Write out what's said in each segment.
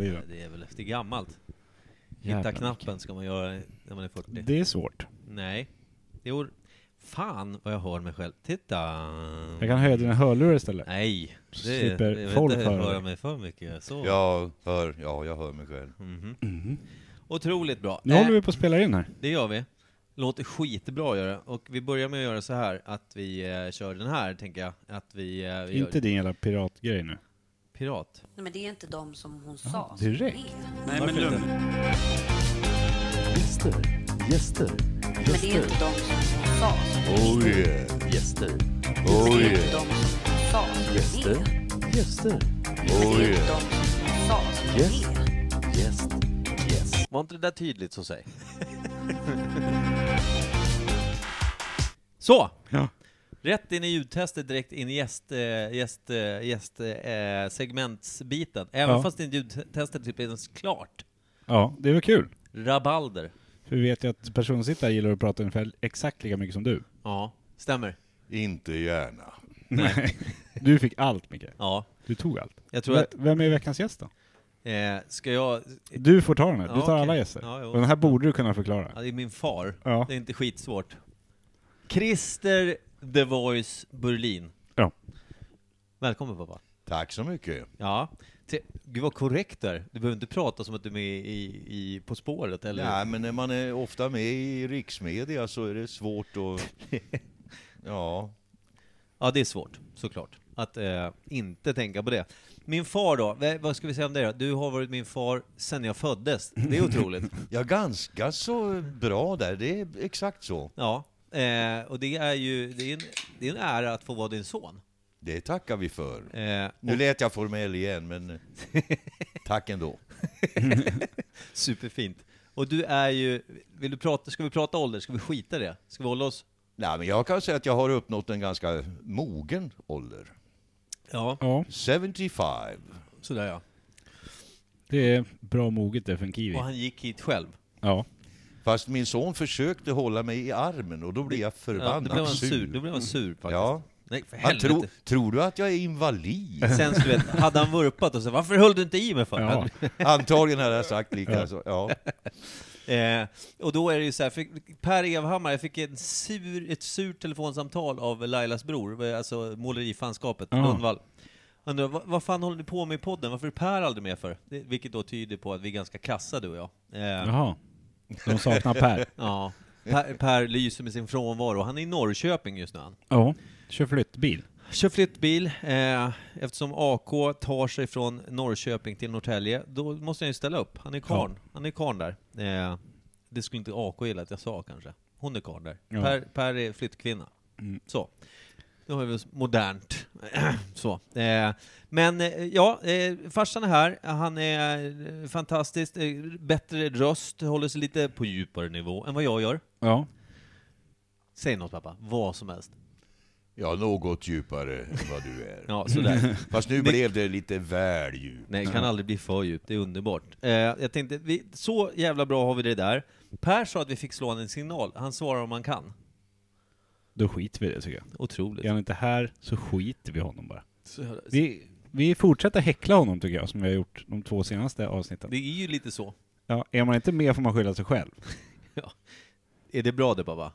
det är det. Det är väl det är gammalt. Hitta Jävlar. knappen ska man göra när man är 40. Det är svårt. Mm. Nej. Jo, fan vad jag hör mig själv. Titta! Jag kan höja dina hörlurar istället. Nej, det Slipper jag vill folk inte höra höra dig. mig för mycket. Så. Jag hör, ja jag hör mig själv. Mhm. Otroligt bra. Nu Eh, håller vi på att spela in här. Det gör vi. Låter skitbra att göra. Och vi börjar med att göra så här, att vi eh, kör den här, tänker jag. Att vi, eh, vi Inte gör din jävla piratgrej nu. pirat. Nej, men det är inte de som hon sa. direkt. som är. Nej, Varför men lugn. inte? Gäster, gäster, Men det är inte gäster. de som hon sa. som är. Oh yeah, Gäster, Men oh det är inte de yeah, som hon sa. som är. gäster, gäster, Men oh det är inte yeah. de som hon sa. som är. Yes. gäst, gäst. Var inte det där tydligt så säg? Så! Ja. Rätt in i ljudtestet, direkt in i gäst, eh, gäst, eh, gäst, eh, segmentsbiten. Även Ja. fast inte ljudtestet typ är ens klart. Ja, det var kul. Rabalder. För vi vet ju att personen sitter här gillar att prata ungefär exakt lika mycket som du. Ja, stämmer. Inte gärna. Nej. Du fick allt Micke. Ja. Du tog allt. Jag tror att, V- Vem är veckans gäst då? eh, ska jag... Du får ta den här. Du Ja, tar alla okej. gäster. Ja, jo. Och den här borde du kunna Ja, förklara. det är min far. Ja. Det är inte skitsvårt. Christer The Voice Berlin. Ja. Välkommen pappa. Tack så mycket. Ja. Tre- Gud vad korrekt där. Du behöver inte prata som att du är med i, i På spåret eller? Nej men när man är ofta med i riksmedia så är det svårt att... Ja. Ja, det är svårt såklart. Att eh, inte tänka på det. Min far då, v- vad ska vi säga om det då? Du har varit min far sedan jag föddes. Det är otroligt. Ja, ganska så bra där. Det är exakt så. ja. Eh, och det är ju, det är, en, det är en ära att få vara din son. Det tackar vi för. Eh, Nu lät jag formell igen, men tack ändå. Superfint. Och du är ju, vill du prata, ska vi prata ålder? Ska vi skita i det? Ska vi hålla oss? Nej, men jag kan säga att jag har uppnått en ganska mogen ålder. Ja, Ja, 75. sådär ja. det är bra moget det för en kiwi. Och han gick hit själv. Ja. Fast min son försökte hålla mig i armen och då blev jag Ja, förbannat då blev han sur. Då sur. blev han sur faktiskt. Ja. Nej, för Mm. Han tro, helvete. tror du att jag är invalid? Sen så vet, hade han vurpat och så varför höll du inte i mig för? ja. Antagligen hade jag sagt lika. Så, ja. Eh, och då är det ju så här, för Per Evhammar, jag fick en sur, ett surt telefonsamtal av Lailas bror, alltså målerifanskapet, Ja. Lundvall. Han undrar, vad, vad fan håller ni på med i podden? Varför är Per aldrig med för? Det, vilket då tyder på att vi är ganska kassa du och jag. Eh, Jaha. De saknar Per. Ja. Per, per lyser med sin frånvaro. Han är i Norrköping just nu. Han. Ja. Kör flyttbil. Kör flyttbil. Eh, eftersom AK tar sig från Norrköping till Norrtälje, då måste jag ju ställa upp. Han är karn. Han är karn där. Eh, det skulle inte AK gilla att jag sa kanske. Hon är karn där. Ja. Per, per är flyttkvinna. Så. Det var väl modernt. Så. Eh, men eh, ja, eh, farsan är här. Han är eh, fantastisk. Eh, bättre röst. Håller sig lite på djupare nivå än vad jag gör. Ja. Säg något pappa, vad som helst. ja, något djupare än vad du är. Ja, sådär. Fast nu blev det lite väl djupt. Nej, det kan aldrig bli för djupt, det är underbart. Eh, jag tänkte, vi, så jävla bra har vi det där. Per sa att vi fick slå han en signal, han svarar om han kan. Då skiter vi i det tycker jag. Otroligt. Är han inte här så skiter vi i honom bara. Vi, vi fortsätter häckla honom tycker jag, som vi har gjort de två senaste avsnitten. Det är ju lite så. Ja, är man inte med får man skylla sig själv. Är det bra det pappa?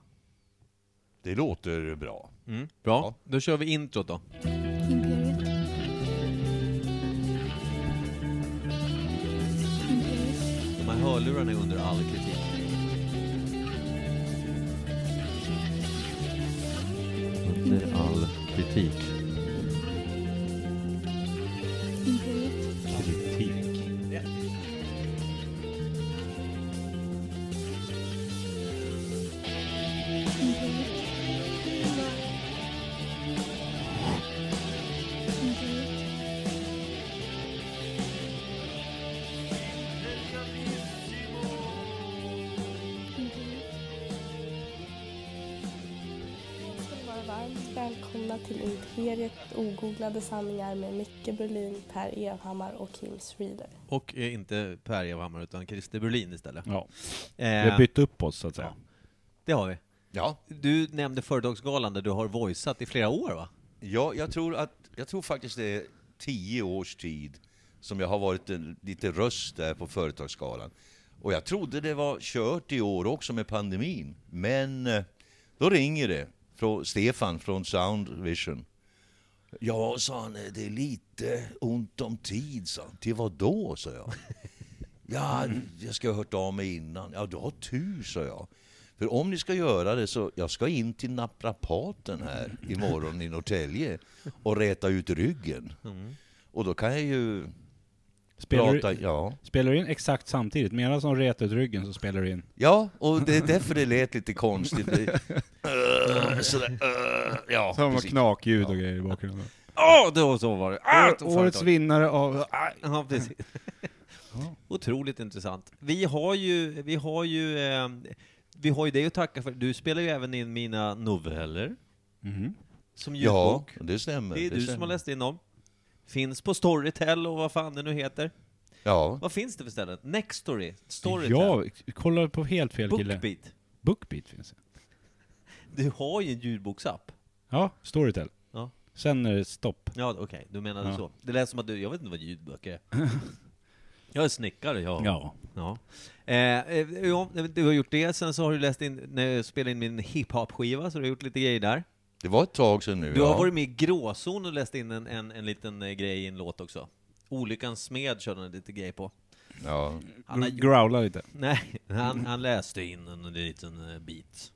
Det låter bra. Mm, bra. Ja. Då kör vi introt då. Imperiet. Imperiet. De här hörlurarna är under all kritik. Under all kritik. Imperiet. Kritik. Imperiet. Imperiet. Imperiet. ska ni vara varmt välkomna till Imperiet ogooglade sanningar med Micke Berlin, Per Evhammar och Kim Reader. Och eh, inte Per Evhammar utan Christer Berlin istället. Ja. Vi Eh, har bytt upp oss så att säga. det har vi. Ja, Du nämnde Företagsgalan där du har voiceat i flera år va? ja jag, tror att, jag tror faktiskt det är tio års tid som jag har varit en, lite röst där på Företagsskalan. Och jag trodde det var kört i år också med pandemin. Men eh, då ringer det från Stefan från Sound Vision. Ja, sa han, "Eh, det är lite ont om tid, sa han. Till vad då, sa jag. Ja, jag ska ha hört av mig innan. Ja, du har tur, sa jag. För om ni ska göra det så, jag ska in till naprapaten här imorgon i Norrtälje och räta ut ryggen. Och då kan jag ju Spelar, prata, du, ja. spelar du in exakt samtidigt? Medan som retar ut ryggen så spelar du in. Ja, och det är därför det lät lite konstigt. Det- Eh, Sådär, eh, ja, Samma precis. knakljud och grejer i bakgrunden. Åh, då så var det! Ah, Å- Årets vinnare av... Ah, Ja, precis. Otroligt intressant. Vi har ju, vi har ju, eh, vi har ju dig att tacka för. Du spelar ju även in mina noveller mhm. som Ja, ljudbok. det stämmer. det är du som stämmer. har läst in dem. Finns på Storytel och vad fan det nu heter. Ja, Vad finns det för ställen? Nextory? Storytel? Ja, kolla på helt fel kille. Bookbeat? Bookbeat finns det. Du har ju en ljudboksapp. Ja, Storytel. Ja. Sen är det stopp. Ja, okej, du menade Ja. så. Det lät som att du, jag vet inte vad ljudböcker är. jag är snickare, jag. Ja. Ja. Eh, eh, ja, du har gjort det, sen så har du läst in, när jag spelade in min hiphop-skiva, så du har gjort lite grejer där. det var ett tag sedan nu. Du ja. har varit med i Gråzon och läst in en, en, en liten eh, grej i en låt också. Olyckans smed körde han lite grej på. Ja. Han har, Growla lite. nej, han, han läste in en liten eh, bit.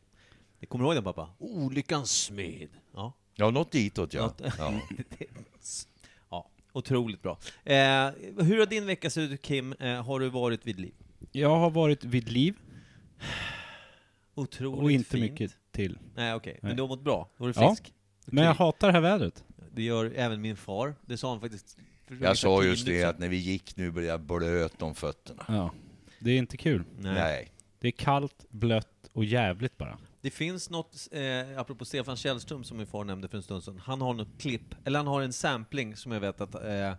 Det kommer du ihåg den pappa? Olyckans smed. Ja. ja, något ditåt ja. Något- ja. ja, otroligt bra. Eh, hur har din vecka sett ut Kim? Eh, har du varit vid liv? Jag har varit vid liv Otroligt och inte fint. mycket till. Nej okej, men Nej. du har mått bra? Då är du Ja. frisk? Men jag Okej. hatar det här vädret. Det gör även min far. Det sa han faktiskt. för ungefär Jag sa tio just det minuter att när vi gick nu blev jag blöt om fötterna. Ja. Det är inte kul. sedan. Nej. Nej. Det är kallt, blött och jävligt bara. Det finns något, eh, apropå Stefan Källström som min far nämnde för en stund sedan, han har något klipp, eller han har en sampling som jag vet att, eh,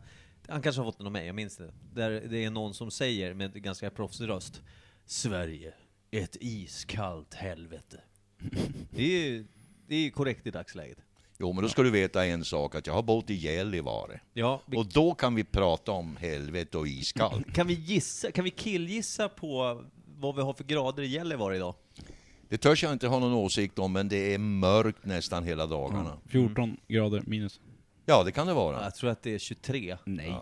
han kanske har fått den av mig, jag minns det. Där det är någon som säger med ganska proffsig röst, Sverige, ett iskallt helvete. det är ju det är ju korrekt i dagsläget. Jo, men då ska du veta en sak, att jag har bott i Gällivare. Ja, vi, Och då kan vi prata om helvete och iskallt. kan vi gissa, kan vi killgissa på vad vi har för grader i Gällivare idag? Det törs jag inte ha någon åsikt om, men det är mörkt nästan hela dagarna. 14 grader minus. Mm. Ja, det kan det vara. Jag tror att det är 23. Nej.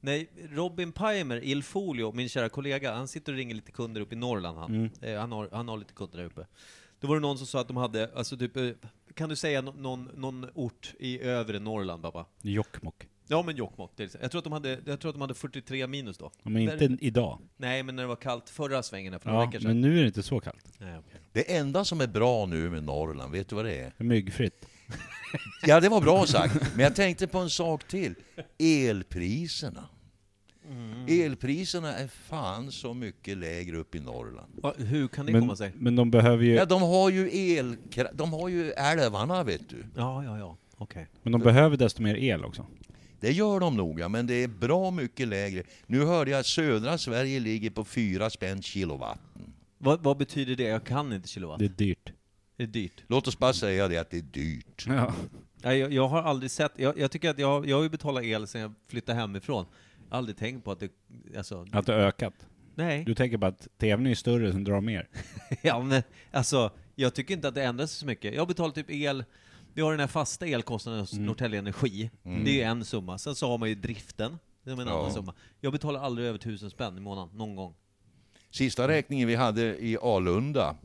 Nej, Robin Pimer, Il Folio, min kära kollega, han sitter och ringer lite kunder uppe i Norrland han. Mm. Eh, han, har, han har lite kunder där uppe. Då var det någon som sa att de hade, alltså typ, eh, kan du säga nå- någon, någon ort i övre Norrland pappa? Jokkmokk. Ja men Jokkmokk, till exempel. jag tror, att de hade, jag tror att de hade 43 minus då. Ja, Men inte Där- idag. Nej men när det var kallt förra svängen, här för några Ja, veckor sedan. men nu är det inte så kallt. Nej, okej. Det enda som är bra nu med Norrland, vet du vad det är? Det är Myggfritt. Ja, det var bra sagt. Men jag tänkte på en sak till. Elpriserna. Mm. Elpriserna är fan så mycket lägre upp i Norrland. Va, Hur kan det Men, komma sig? men de behöver ju, Ja, de har ju el, de har ju älvarna vet du. Ja, ja, ja, okej. men de behöver desto mer el också. Det gör de nog, ja, men det är bra mycket lägre. Nu hörde jag att södra Sverige ligger på 4 spänn kilowatt. Vad, vad betyder det? Jag kan inte kilowatt. Det Det... är dyrt. Är det dyrt? Låt oss bara säga det att det är dyrt. Ja. Nej, jag, jag har aldrig sett, jag, jag tycker att jag, jag har ju betalat el sedan jag flyttade hemifrån. Jag har aldrig tänkt på att det, alltså, Att det har ökat. nej. Du tänker bara att tvn är större som drar mer. Ja, men, alltså, jag tycker inte att det ändras så mycket. Jag betalar typ el, vi har den här fasta elkostnaden hos Mm. Norrtälje Energi. Det är ju en summa. Sen så har man ju driften, det är en Ja. annan summa. Jag betalar aldrig över tusen spänn i månaden, någon gång. Sista räkningen vi hade i Alunda,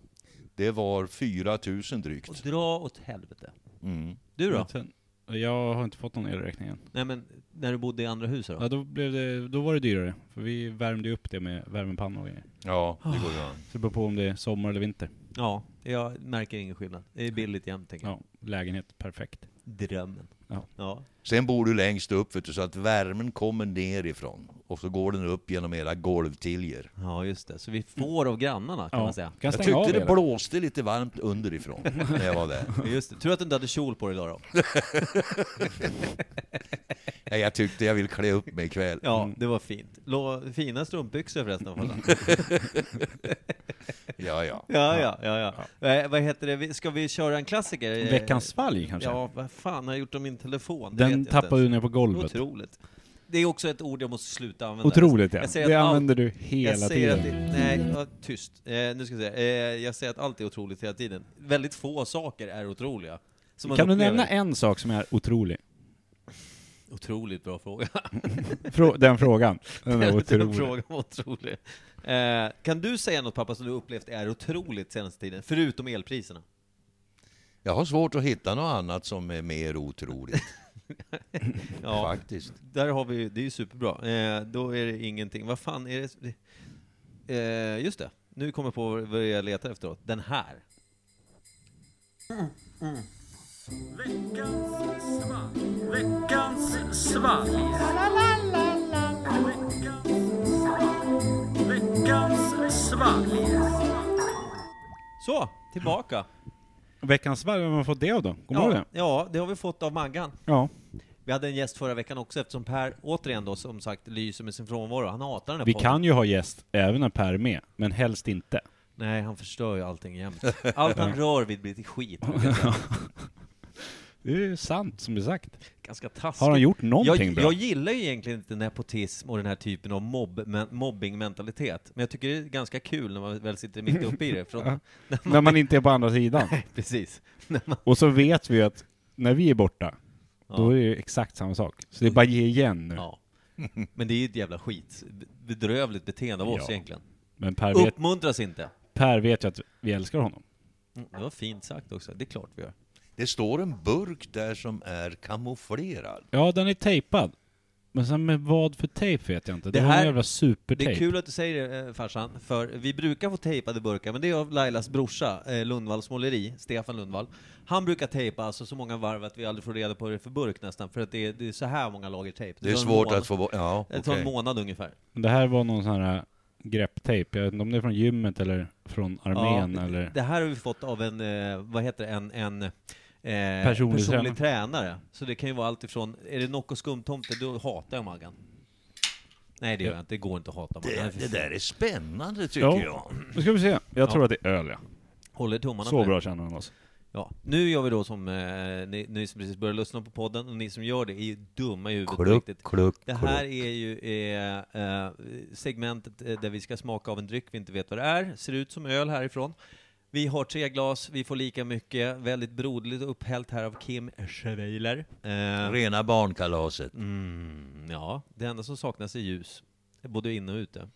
det var 4 000 Och drygt. dra åt helvete. Mm. Du då? Men sen- Jag har inte fått någon elräkning än. Nej men, när du bodde i andra hus då? Ja, då, blev det, då var det dyrare. För vi värmde ju upp det med värmepannor och grejer. Ja, det går ju an. Så det beror på om det är sommar eller vinter. Ja, jag märker ingen skillnad. Det är billigt jämt tänker jag. Ja, lägenhet, perfekt. Drömmen. Ja. ja. Sen bor du längst upp vet du, så att värmen kommer nerifrån och så går den upp genom era golvtiljer. Ja, just det. Så vi får av grannarna Mm. kan Ja, man säga. kan Jag stänga av tyckte det elen. blåste lite varmt underifrån när jag var där. Just det. Tur att du inte hade kjol på dig idag då. Nej, jag tyckte jag ville klä upp mig ikväll. Ja, det var fint. Lå, fina strumpbyxor förresten. Falla. Ja, ja. Ja, ja, ja. ja. Eh, vad heter det? Vi- Ska vi köra en klassiker? Eh, Veckans svalg kanske? Ja, vad fan har jag gjort av min telefon? Det vet Den jag tappade du inte ner på golvet. Otroligt. det är också ett ord jag måste sluta använda. Otroligt ja. Jag säger Det att allt- använder du jag hela säger tiden. att det, nej, var tyst. Eh, nu ska jag säga. Eh, jag säger att allt är otroligt hela tiden. Väldigt få saker är otroliga. som man Kan du upplever. nämna en sak som är otrolig? Otroligt bra fråga. Frå- den frågan. Den är Den otrolig. frågan var otrolig. Eh, kan du säga något pappa som du upplevt är otroligt senaste tiden? Förutom elpriserna. Jag har svårt att hitta något annat som är mer otroligt, Ja, faktiskt. där har vi ju- det är ju superbra. Eh, då är det ingenting. Vad fan är det? Eh, just det. Nu kommer jag på vad jag letar efteråt. Den här. Så, tillbaka. Veckans varv, vem har fått det av då? Kommer du ihåg Ja, det? ja, det har vi fått av Maggan. Ja. Vi hade en gäst förra veckan också eftersom Per återigen då som sagt lyser med sin frånvaro. Han hatar den här Vi podden. kan ju ha gäst även när Per är med, men helst inte. Nej, han förstör ju allting jämt. Allt han rör vid blir till skit. brukar jag säga. Det är ju sant som är sagt. Ganska taskigt. Har han gjort någonting jag, bra? jag gillar ju egentligen inte nepotism och den här typen av mobb, men, mobbingmentalitet. Men jag tycker det är ganska kul när man väl sitter mitt uppe i det. Från, När man inte är på andra sidan. precis. Och så vet vi att när vi är borta, då Ja. är det ju exakt samma sak. Så det är bara att ge igen nu. Ja. Men det är ju ett jävla skit. Bedrövligt beteende av oss Ja. egentligen. Men per vet, Uppmuntras inte. per vet ju att vi älskar honom. Mm, Det var fint sagt också. Det är klart vi gör. Det står en burk där som är kamouflerad. Ja, den är tejpad. Men sen med vad för tejp vet jag inte. Det, Det var här- en jävla Det är supertejp. kul att du säger det eh, farsan, för vi brukar få tejpade burkar, men det är av Lailas brorsa, eh, Lundvalls måleri, Stefan Lundvall. Han brukar tejpa alltså så många varv att vi aldrig får reda på vad det är för burk nästan, för att det är, det är så här många lager tejp. Det är tar en svårt månad- att få bort. Ja, Det tar en okej. månad ungefär. Det här var någon sån här grepptejp. Jag vet inte om det är från gymmet eller från armén det- eller... Det här har vi fått av en, eh, vad heter det, en, en eh, Personlig tränare. Så det kan ju vara allt ifrån, är det Nocco skumtomte, då hatar jag Maggan. Nej det gör jag inte, det går inte att hata Maggan. Det, Nej, fy det fan. där är spännande tycker Ja. jag. Nu ska vi se. Jag tror att det är öl, ja. Håller tummarna på Så det. bra känner han oss. Ja, nu gör vi då som eh, ni, ni som precis börjar lyssna på podden, och ni som gör det är ju dumma i huvudet på Kluck, riktigt. kluck, Det kluck. här är ju eh, eh, segmentet eh, där vi ska smaka av en dryck vi inte vet vad det är, ser ut som öl härifrån. Vi har tre glas, vi får lika mycket, väldigt broderligt upphällt här av Kim Schweiler. Eh, Rena barnkalaset. mm, ja, det enda som saknas är ljus, både inne och ute.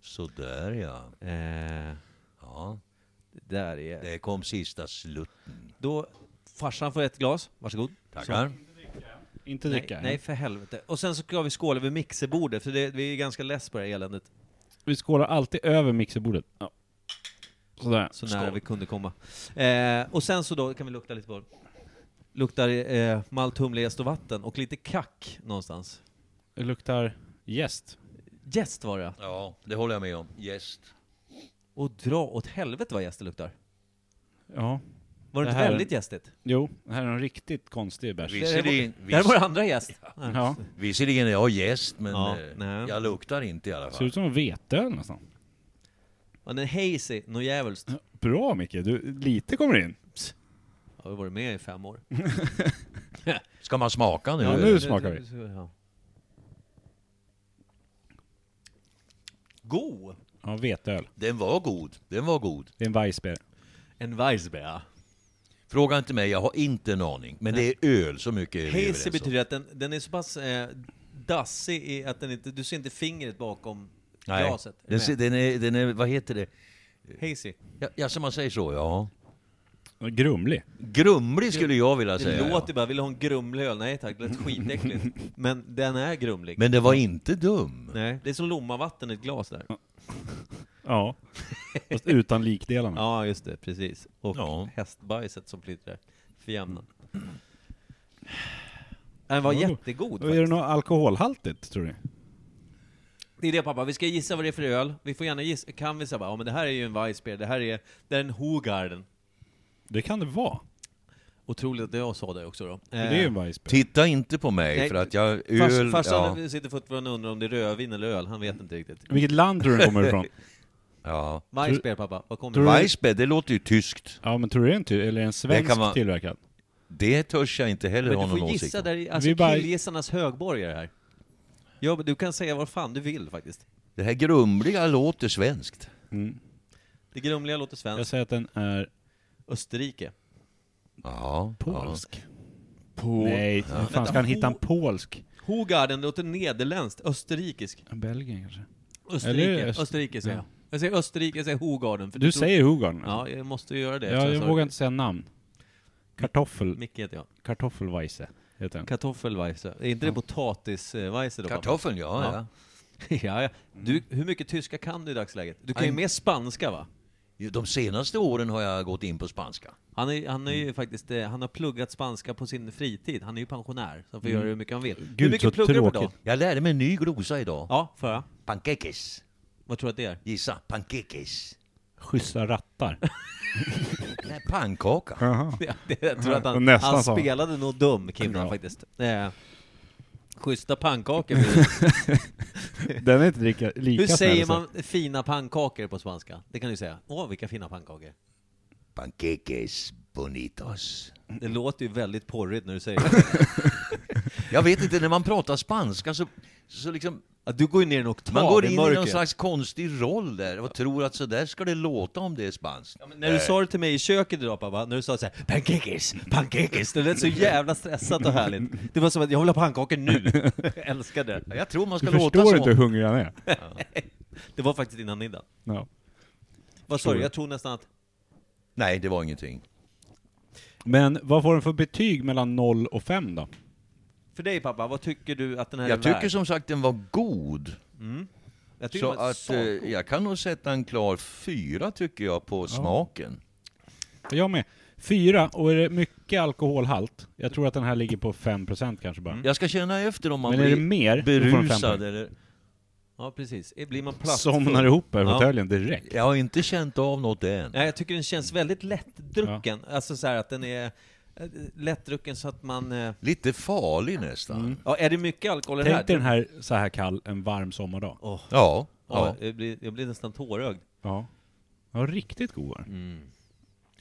Sådär ja. Eh, ja. det där är... Det kom sista slutten. Då, farsan får ett glas, varsågod. Tackar. Inte Nej, dricka. Nej, för helvete. Och sen så ska vi skåla vid mixerbordet, för det, vi är ganska less på det här eländet. Vi skålar alltid över mixerbordet. Ja. Sådär. Så nära vi kunde komma. Eh, och sen så då kan vi lukta lite på det. Luktar eh, malt, humle, jäst och vatten och lite kack någonstans. Det luktar jäst. Jäst var det Ja, det håller jag med om. Gäst. Och dra åt helvete vad jäst det luktar. Ja. Var det, Det inte här- väldigt jästigt? Jo, det här är en riktigt konstig bärs. Visserligen, Det här var det vis, andra jäst. Nej. Ja. visserligen är jag gäst, men Ja, eh, nej. jag luktar inte i alla Ser fall. ut som en veteöl nästan. Och den är hazy, nå jävligt. Bra Micke, du, lite kommer in. Jag har varit med i fem år. Ska man smaka nu? Ja, nu smakar vi. Ja. God! Ja, veteöl. Den var god. Den var god. Det är en Weissbier. En Weissbeer. Fråga inte mig, jag har inte en aning. Men det är öl, så mycket är vi överens Hazy om. betyder att den, den är så pass eh, dassig i att den inte, du ser inte fingret bakom Nej. glaset. Är Den, du ser- den, är, den är, vad heter det? med? Hazy. Ja, ja som man säger så, ja. Grumlig. Grumlig skulle jag vilja Det säga. låter ja. bara, vill du ha en grumlig öl? Nej tack, det lät skitäckligt. Men den är grumlig. Men det var inte dum. Nej, det är som Lommavatten i ett glas där. Mm. Ja. Fast utan likdelarna. Ja, just det, precis. Och Ja. Mm. hästbajset som plittrar. För jämnan. Den var Ja, då. jättegod Och Är det faktiskt. något alkoholhaltigt, tror ni? Det är det pappa, vi ska gissa vad det är för öl. Vi får gärna gissa, kan vi säga bara, ja men det här är ju en Weissbier, det här är, det här är en Hogarden. Det kan det vara. Otroligt att jag sa det också då. Eh, För Det är ju en Weissbier. Titta inte på mig, Nej, för att jag... Fars, Öl, farsan ja, sitter fortfarande och undrar om det är rödvin eller öl, han vet inte riktigt. Vilket land tror du den kommer ifrån? ja. Weissbier pappa, vad kommer Tror du- det? Weissbär, det låter ju tyskt. Ja, men tror du det är en, ty- eller en svensk kan vara- tillverkad? Det törs jag inte heller Men ha du någon får åsikt gissa om. där, i- alltså Vi bara- killgissarnas högborg är det här. Ja, men du kan säga vad fan du vill faktiskt. Det här grumliga låter svenskt. Mm. Det grumliga låter Jag svenskt. säger att den är Österrike. Ja, polsk. På... Nej, hur fan ska han hitta en polsk? Hogarden låter nederländskt, österrikisk. Belgien kanske? Eller Österrike, öst- Österrike säger ja. jag. Jag säger Österrike, jag säger Hogarden. för Du det tror- säger Ungarn? Ja, jag måste ju göra det. jag, eftersom jag sa- vågar inte säga namn. Kartoffel, Micke heter jag. kartoffelweisse heter den. Kartoffelweisse. Är inte det potatisweisse då? pappa? Kartoffeln, ja, Ja. ja. ja, ja. Du, hur mycket tyska kan du i dagsläget? Du kan ju Aj. mer spanska va? Ju, De senaste åren har jag gått in på spanska. Han, är, han, är Mm. ju faktiskt, eh, han har pluggat spanska på sin fritid. Han är ju pensionär, så han får göra hur mycket han vill. hur Mm. Gud, mycket så pluggar du då? tråkigt. Jag lärde mig en ny glosa idag. Ja, får jag? Panqueques. Vad tror du att det är? Gissa, panqueques. Schyssta rattar. Nej, pannkaka. Ja, det, jag tror att han, Nästan han sa han. spelade nog dum, Kimran, Ja. faktiskt. Eh, schyssta pannkakor. blir det. Den är inte lika, lika Hur säger snäll som- man fina pannkakor på spanska? Det kan du säga. Åh, vilka fina pannkakor. Panqueques bonitos. Det låter ju väldigt porrigt när du säger det. Jag vet inte, när man pratar spanska så, så liksom... Att du går ju ner en oktav Man går in i mörkret. någon slags konstig roll där och tror att så där ska det låta om det är spanskt. Ja, men när du sa det till mig i köket idag pappa, när du sa såhär 'pancakes, pancakes' Det lät så jävla stressat och härligt. Det var som att jag vill ha pannkakor nu. Jag älskar det. Jag tror man Du ska låta förstår så. inte hur hungrig han är. Det var faktiskt innan middagen. Ja. Vad sa du? Jag tror nästan att... Nej, det var ingenting. Men vad får den för betyg mellan 0 och 5 då? För dig pappa, vad tycker du att den här Jag är tycker värd? som sagt den var god. Jag Så den var att eh, sakgod. jag kan nog sätta en klar fyra tycker jag på smaken. Jag med. Fyra, och är det mycket alkoholhalt? Jag tror att den här ligger på 5% kanske Mm. bara. Jag ska känna efter om man Men är det blir mer, då får den fem berusad poäng. eller... Ja precis. Eh, Blir man plast? Somnar ihop här i Ja. fåtöljen direkt. Jag har inte känt av något än. Nej, jag tycker den känns väldigt lättdrucken. Alltså så här att den är eh, lättdrucken så att man... eh, Lite farlig nästan. Ja, är det mycket alkohol i den här? Tänk dig den här så här kall, en varm sommardag. Åh, Ja, ja. ja. jag, blir, jag blir nästan tårögd. Ja. Ja, riktigt god var den. Mm.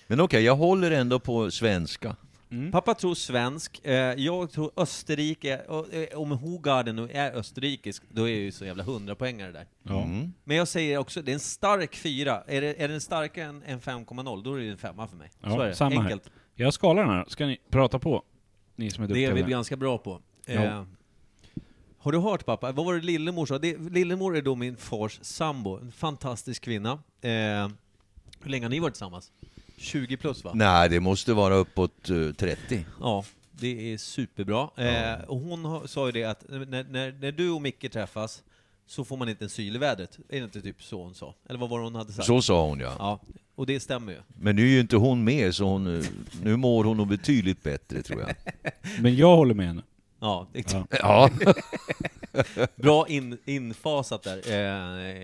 Men okej, jag håller ändå på svenska. Mm. Pappa tror svensk, eh, jag tror Österrike, och, eh, om Hogarden nu är österrikisk, då är jag ju så jävla hundrapoängare där. Ja. Mm. Men jag säger också, det är en stark fyra. Är, det, är den starkare än, än 5,0, då är det en femma för mig. Ja, så är det, samma här. enkelt. Jag skalar den här, ska ni prata på? Ni som är Det duktiga. är på vi här. ganska bra på. Ja. Eh, har du hört pappa, vad var det lillemor sa? Det, lillemor är då min fars sambo, en fantastisk kvinna. Eh, hur länge har ni varit tillsammans? 20 plus va? Nej, det måste vara uppåt eh, 30. Ja, det är superbra. Eh, och hon har, sa ju det att när, när, när du och Micke träffas så får man inte en syl i vädret. Är det inte typ så hon sa? Eller vad var det hon hade sagt? Så sa hon ja. Ja, och det stämmer ju. Men nu är ju inte hon med så hon, eh, nu mår hon nog betydligt bättre tror jag. Men jag håller med henne. Ja, det är Ja. Ja, bra in, infasat där,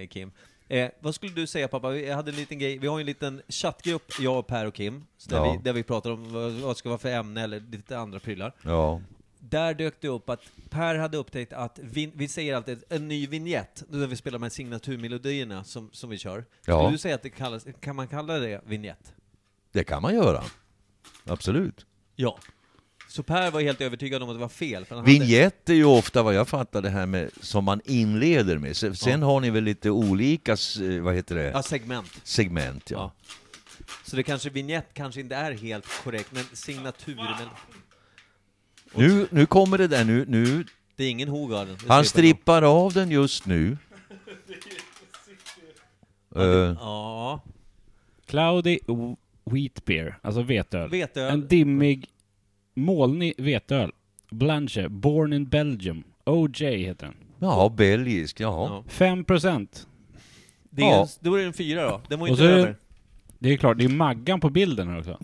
eh, Kim. Eh, vad skulle du säga pappa? Vi, hade en liten grej. vi har ju en liten chattgrupp, jag, Per och Kim, så där, Ja. vi, där vi pratar om vad, vad det ska vara för ämne eller lite andra prylar. ja. Där dök det upp att Per hade upptäckt att, vin, vi säger alltid en ny vignett, när vi spelar med signaturmelodierna som, som vi kör. Ja. Skulle du säga att det kallas, kan man kalla det vignett? det kan man göra. Absolut. Ja. Så Per var helt övertygad om att det var fel. För han hade- Vignett är ju ofta vad jag fattar det här med som man inleder med. Se- Sen har ni väl lite olika, s- eh, vad heter Ja, det, segment. segment ja. Ja. Så det kanske, vignett kanske inte är helt korrekt, men signaturmelodi. Nu, nu kommer det där, nu, nu, Det är ingen Hogarden. Det ser jag han på strippar av den just nu. Eh, dem. Ja, Cloudy w- wheat beer, alltså veteöl. Veteöl. En dimmig, molnig veteöl. Blanche, born in Belgium. OJ heter den. Ja, belgisk, Ja. ja. 5%. det är Ja. en, då är det en fyra då. Den var ju Och inte så är över. det, det är klart, det är Maggan på bilden här också.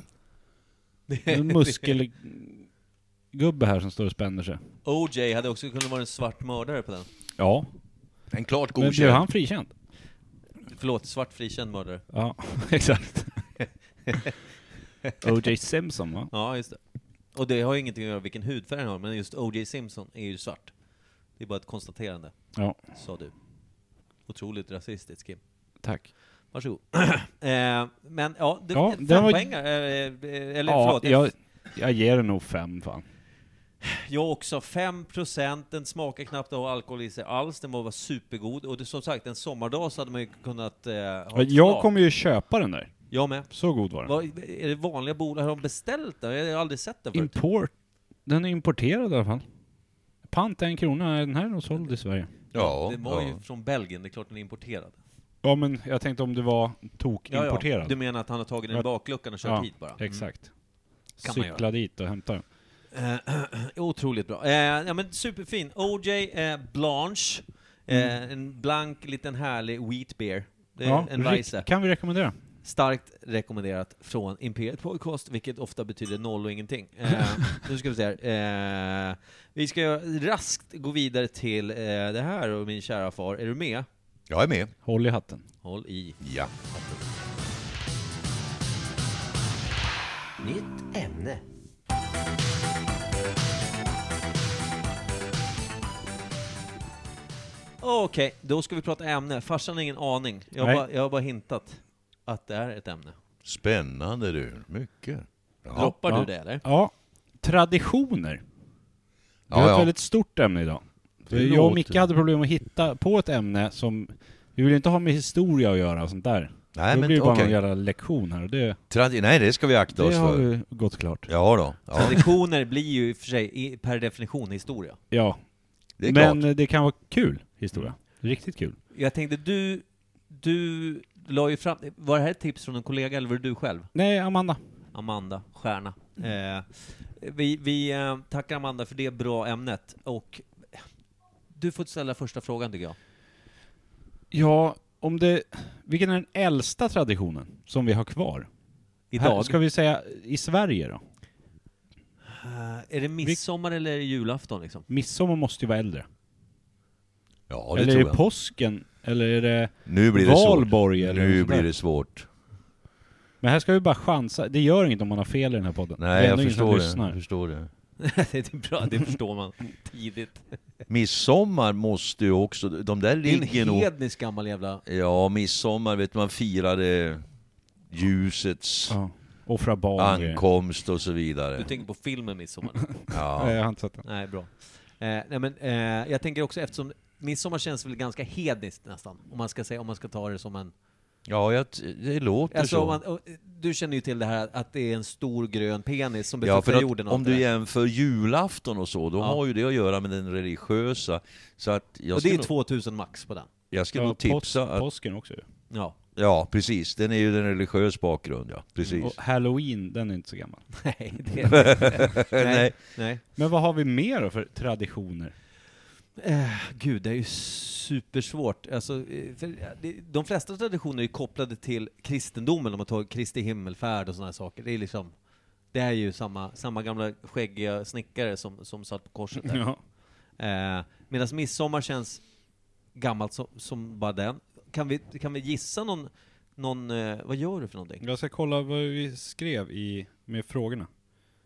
En muskelgubbe här som står och spänner sig. OJ hade också kunnat vara en svart mördare på den. Ja. En klart Men blev godkänd. han frikänd? Förlåt, svart frikänd mördare. Ja, exakt. OJ Simpson va? Ja, just det. Och det har ju ingenting att göra med vilken hudfärg han har, men just O.J. Simpson är ju svart. Det är bara ett konstaterande, Ja, sa du. Otroligt rasistiskt, Kim. tack. Varsågod. eh, men ja, det Ja, var den fem var- poängar. Eh, eh, eller ja, förlåt, jag, jag ger den nog fem fan. Jag också. 5%, den smakar knappt av alkohol i sig alls, den var var supergod. Och det, som sagt, en sommardag så hade man ju kunnat eh, ha ett Jag flak. kommer ju köpa den där. Jag med. Så god var den. Vad, är det vanliga bolag? Har de beställt den? Jag har aldrig sett den förut. Import. Den är importerad i alla fall. Pant en krona, den här är nog såld i Sverige. Ja, det var ja. ju från Belgien, det är klart den är importerad. Ja men jag tänkte om det var Ja, ja. tokimporterad. Du menar att han har tagit den i Ja. bakluckan och kört hit bara? Mm. exakt. Kan man Cykla dit och hämta den. Otroligt bra. Eh, ja, men superfin. OJ eh, Blanche. Eh, En blank, liten härlig wheat beer. Det är Mm. Ja, en rikt- weisse. kan vi rekommendera. Starkt rekommenderat från Imperiet Podcast, vilket ofta betyder noll och ingenting. Eh, nu ska vi se här. Eh, vi ska raskt gå vidare till eh, det här, och min kära far. Är du med? Jag är med. Håll i hatten. Håll i. Ja. Nytt ämne. Okej, då ska vi prata ämne. Farsan har ingen aning. Jag har Nej. bara, jag har bara hintat att det är ett ämne. Spännande du. Mycket. Ja, Droppar ja. du det eller? Ja, traditioner. Det är Ja, ett ja. väldigt stort ämne idag. Det jag och Micke låter- hade problem att hitta på ett ämne som... Vi vill inte ha med historia att göra och sånt där. Nej, Då men blir det bara någon okej. jävla lektion här och det, Tradi- Nej, det ska vi akta oss det har för. ju gått klart. Ja då. Ja, Traditioner blir ju i och för sig i- per definition historia. Ja, det är men klart. det kan vara kul historia. Riktigt kul. Jag tänkte, du, du la ju fram, var det här ett tips från en kollega eller var det du själv? Nej, Amanda. Amanda Stjärna. Eh, vi vi eh, tackar Amanda för det bra ämnet, och eh, du får ställa första frågan tycker jag. Ja, om det... Vilken är den äldsta traditionen som vi har kvar? Här, Idag. ska vi säga i Sverige då? Eh, är det midsommar eller är det julafton liksom? Midsommar måste ju vara äldre. Ja, det eller är tror det jag. påsken? Eller är det... Nu blir det svårt. Valborg eller något Nu sånt där. blir det svårt. Men här ska vi bara chansa. Det gör inget om man har fel i den här podden. det Nej, är jag ändå ingen som förstår det. lyssnar. Jag förstår det. det är typ bra, det förstår man tidigt. Midsommar måste ju också, de där Det är en ligger nog... hednisk gammal jävla... Ja, midsommar vet du, man firade ljusets Ja. Offra barn. och grejer. ankomst och så Du vidare. tänker på filmen Midsommar? Nej, Ja, jag har inte sett den. Nej, bra. Eh, nej, men, eh, jag tänker också eftersom midsommar känns väl ganska hedniskt nästan, om man ska säga, om man ska ta det som en... ja jag, t- det låter Alltså, så. om man, och, eh, du känner ju till det här att det är en stor grön penis som Ja, befruktar för att, jorden. och om allt det du där. jämför julafton och så, då Ja. har ju det att göra med den religiösa. Så att jag och det skulle, är nog- 2000 max på den. jag skulle Ja, nog tipsa pås- att... Påsken också ju. Ja. Ja, precis. Den är ju den religiös bakgrund, ja. Precis. Mm, Och halloween, den är inte så gammal. Nej, det är det inte. Nej. nej. Men vad har vi mer då för traditioner? Eh, Gud, det är ju supersvårt. Alltså, eh, för eh, det- de flesta traditioner är kopplade till kristendomen, om man tar Kristi himmelfärd och sådana här saker. Det är, liksom, det är ju samma, samma gamla skäggiga snickare som, som satt på korset där. Ja. Mm-hmm. Eh, Medan midsommar känns gammalt som, som bara den. Kan vi, kan vi gissa någon, någon eh, vad gör du för någonting? Jag ska kolla vad vi skrev i, med frågorna.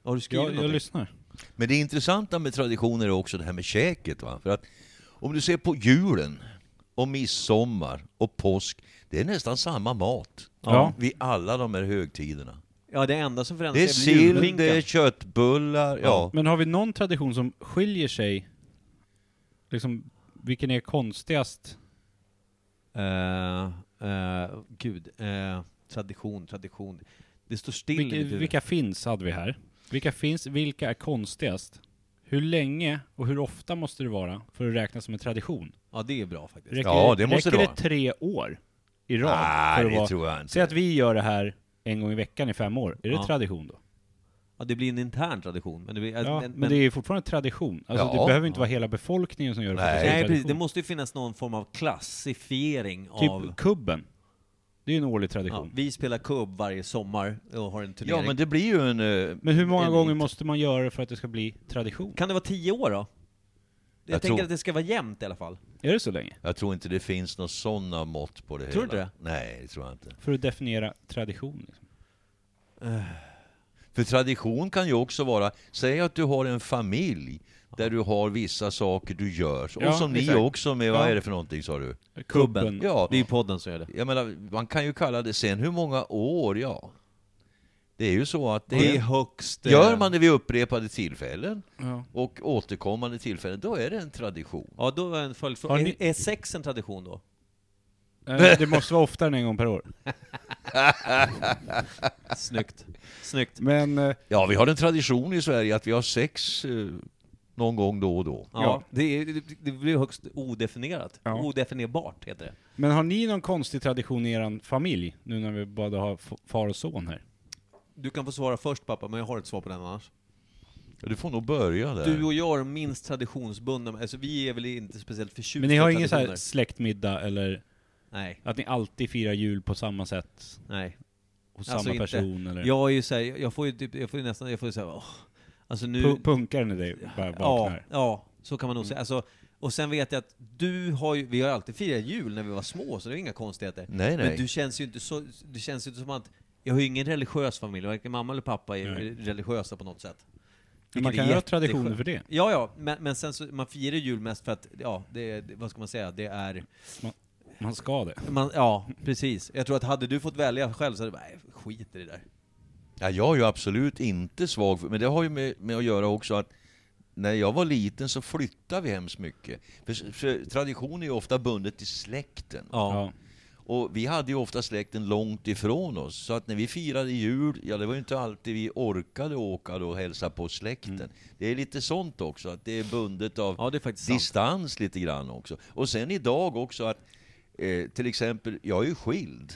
Har du skrivit Jag, jag någonting? lyssnar. Men det intressanta med traditioner är också det här med käket. Va? För att om du ser på julen, och midsommar och påsk, det är nästan samma mat Ja. vid alla de här högtiderna. ja, det enda som förändras Det är väl sill, julskinkan. det är köttbullar, ja. Men har vi någon tradition som skiljer sig? Liksom, vilken är konstigast? Eh, eh, gud, eh, tradition, tradition. Det står still i mitt Vilka, huvud. vilka finns hade vi här? Vilka finns? Vilka är konstigast? Hur länge och hur ofta måste det vara för att räknas som en tradition? Ja, det är bra faktiskt. Räcker, Ja, det måste räcker det det tre år i rad? Nej, för att det vara- tror jag inte. Säg att vi gör det här en gång i veckan i fem år. Är det Ja. tradition då? Ja, det blir en intern tradition. Men det, blir, Ja, men, men, det är ju fortfarande tradition. Alltså, Ja. det behöver inte vara hela befolkningen som gör det. för att det Nej. ska vara nej, precis, det tradition. måste ju finnas någon form av klassifiering av... Typ kubben. Det är ju en årlig Ja, tradition. vi spelar kubb varje sommar och har en turnering. Ja, men det blir ju en... eh, Men hur många En gånger liten- måste man göra det för att det ska bli tradition? Kan det vara tio år då? Jag, Jag tänker tror- att det ska vara jämnt i alla fall. Är det så länge? Jag tror inte det finns några sådana mått på det Tror hela. du det? Nej, det tror jag inte. För att definiera tradition? Liksom. För tradition kan ju också vara, säg att du har en familj där du har vissa saker du gör, Ja, och som ni exakt. också med, vad Ja. är det för någonting sa du? Kubben. Ja, Det är ju podden som gör det. jag menar, man kan ju kalla det sen hur många år, ja. Det är ju så att det Det är är, högst... eh, gör man det vid upprepade tillfällen Ja. och återkommande tillfällen, då är det en tradition. Ja, då var en Har följdfråga. ni- Är, är sex en tradition då? Eh, Det måste vara oftare än en gång per år. Snyggt. Snyggt. Men eh, Ja, vi har en tradition i Sverige att vi har sex eh, någon gång då och då. Ja, Ja. Det, är, det- det blir högst odefinierat. Ja. Odefinierbart heter det. Men har ni någon konstig tradition i er familj, nu när vi både har f- far och son här? Du kan få svara först pappa, men jag har ett svar på den annars. Du får nog börja där. Du och jag är minst traditionsbundna, alltså vi är väl inte speciellt förtjusta Men ni har i ingen så här traditioner. släktmiddag eller Nej, att ni alltid firar jul på samma sätt, nej. hos Alltså samma inte. person eller? Jag är ju såhär, jag får ju typ, jag får ju nästan, jag får ju såhär, åh. Alltså nu... Pu- Punkar ni det bara ja, vaknar? ja, så kan man nog säga. Alltså, och sen vet jag att du har ju, vi har ju alltid firat jul när vi var små, så det är inga konstigheter. Nej, nej. Men du känns ju inte så, du känns ju inte som att, jag har ju ingen religiös familj, varken mamma eller pappa är Nej. religiösa på något sätt. Men man Vilket kan är ju ha jätteskönt. traditioner för det. Ja, ja, men, men sen så, man firar jul mest för att, ja, det, är- det- vad ska man säga, det är, Man ska det. man, ja, precis. Jag tror att hade du fått välja själv så hade du bara, "Nej, skit i det där. Ja, jag är ju absolut inte svag för, men det har ju med, med att göra också att när jag var liten så flyttade vi hemskt mycket. För, för tradition är ju ofta bundet till släkten. Ja. Och vi hade ju ofta släkten långt ifrån oss. Så att när vi firade jul, ja det var ju inte alltid vi orkade åka då och hälsa på släkten. Det är lite sånt också, att det är bundet av Ja, det är faktiskt sant. distans lite grann också. Och sen idag också att, eh, till exempel, jag är ju skild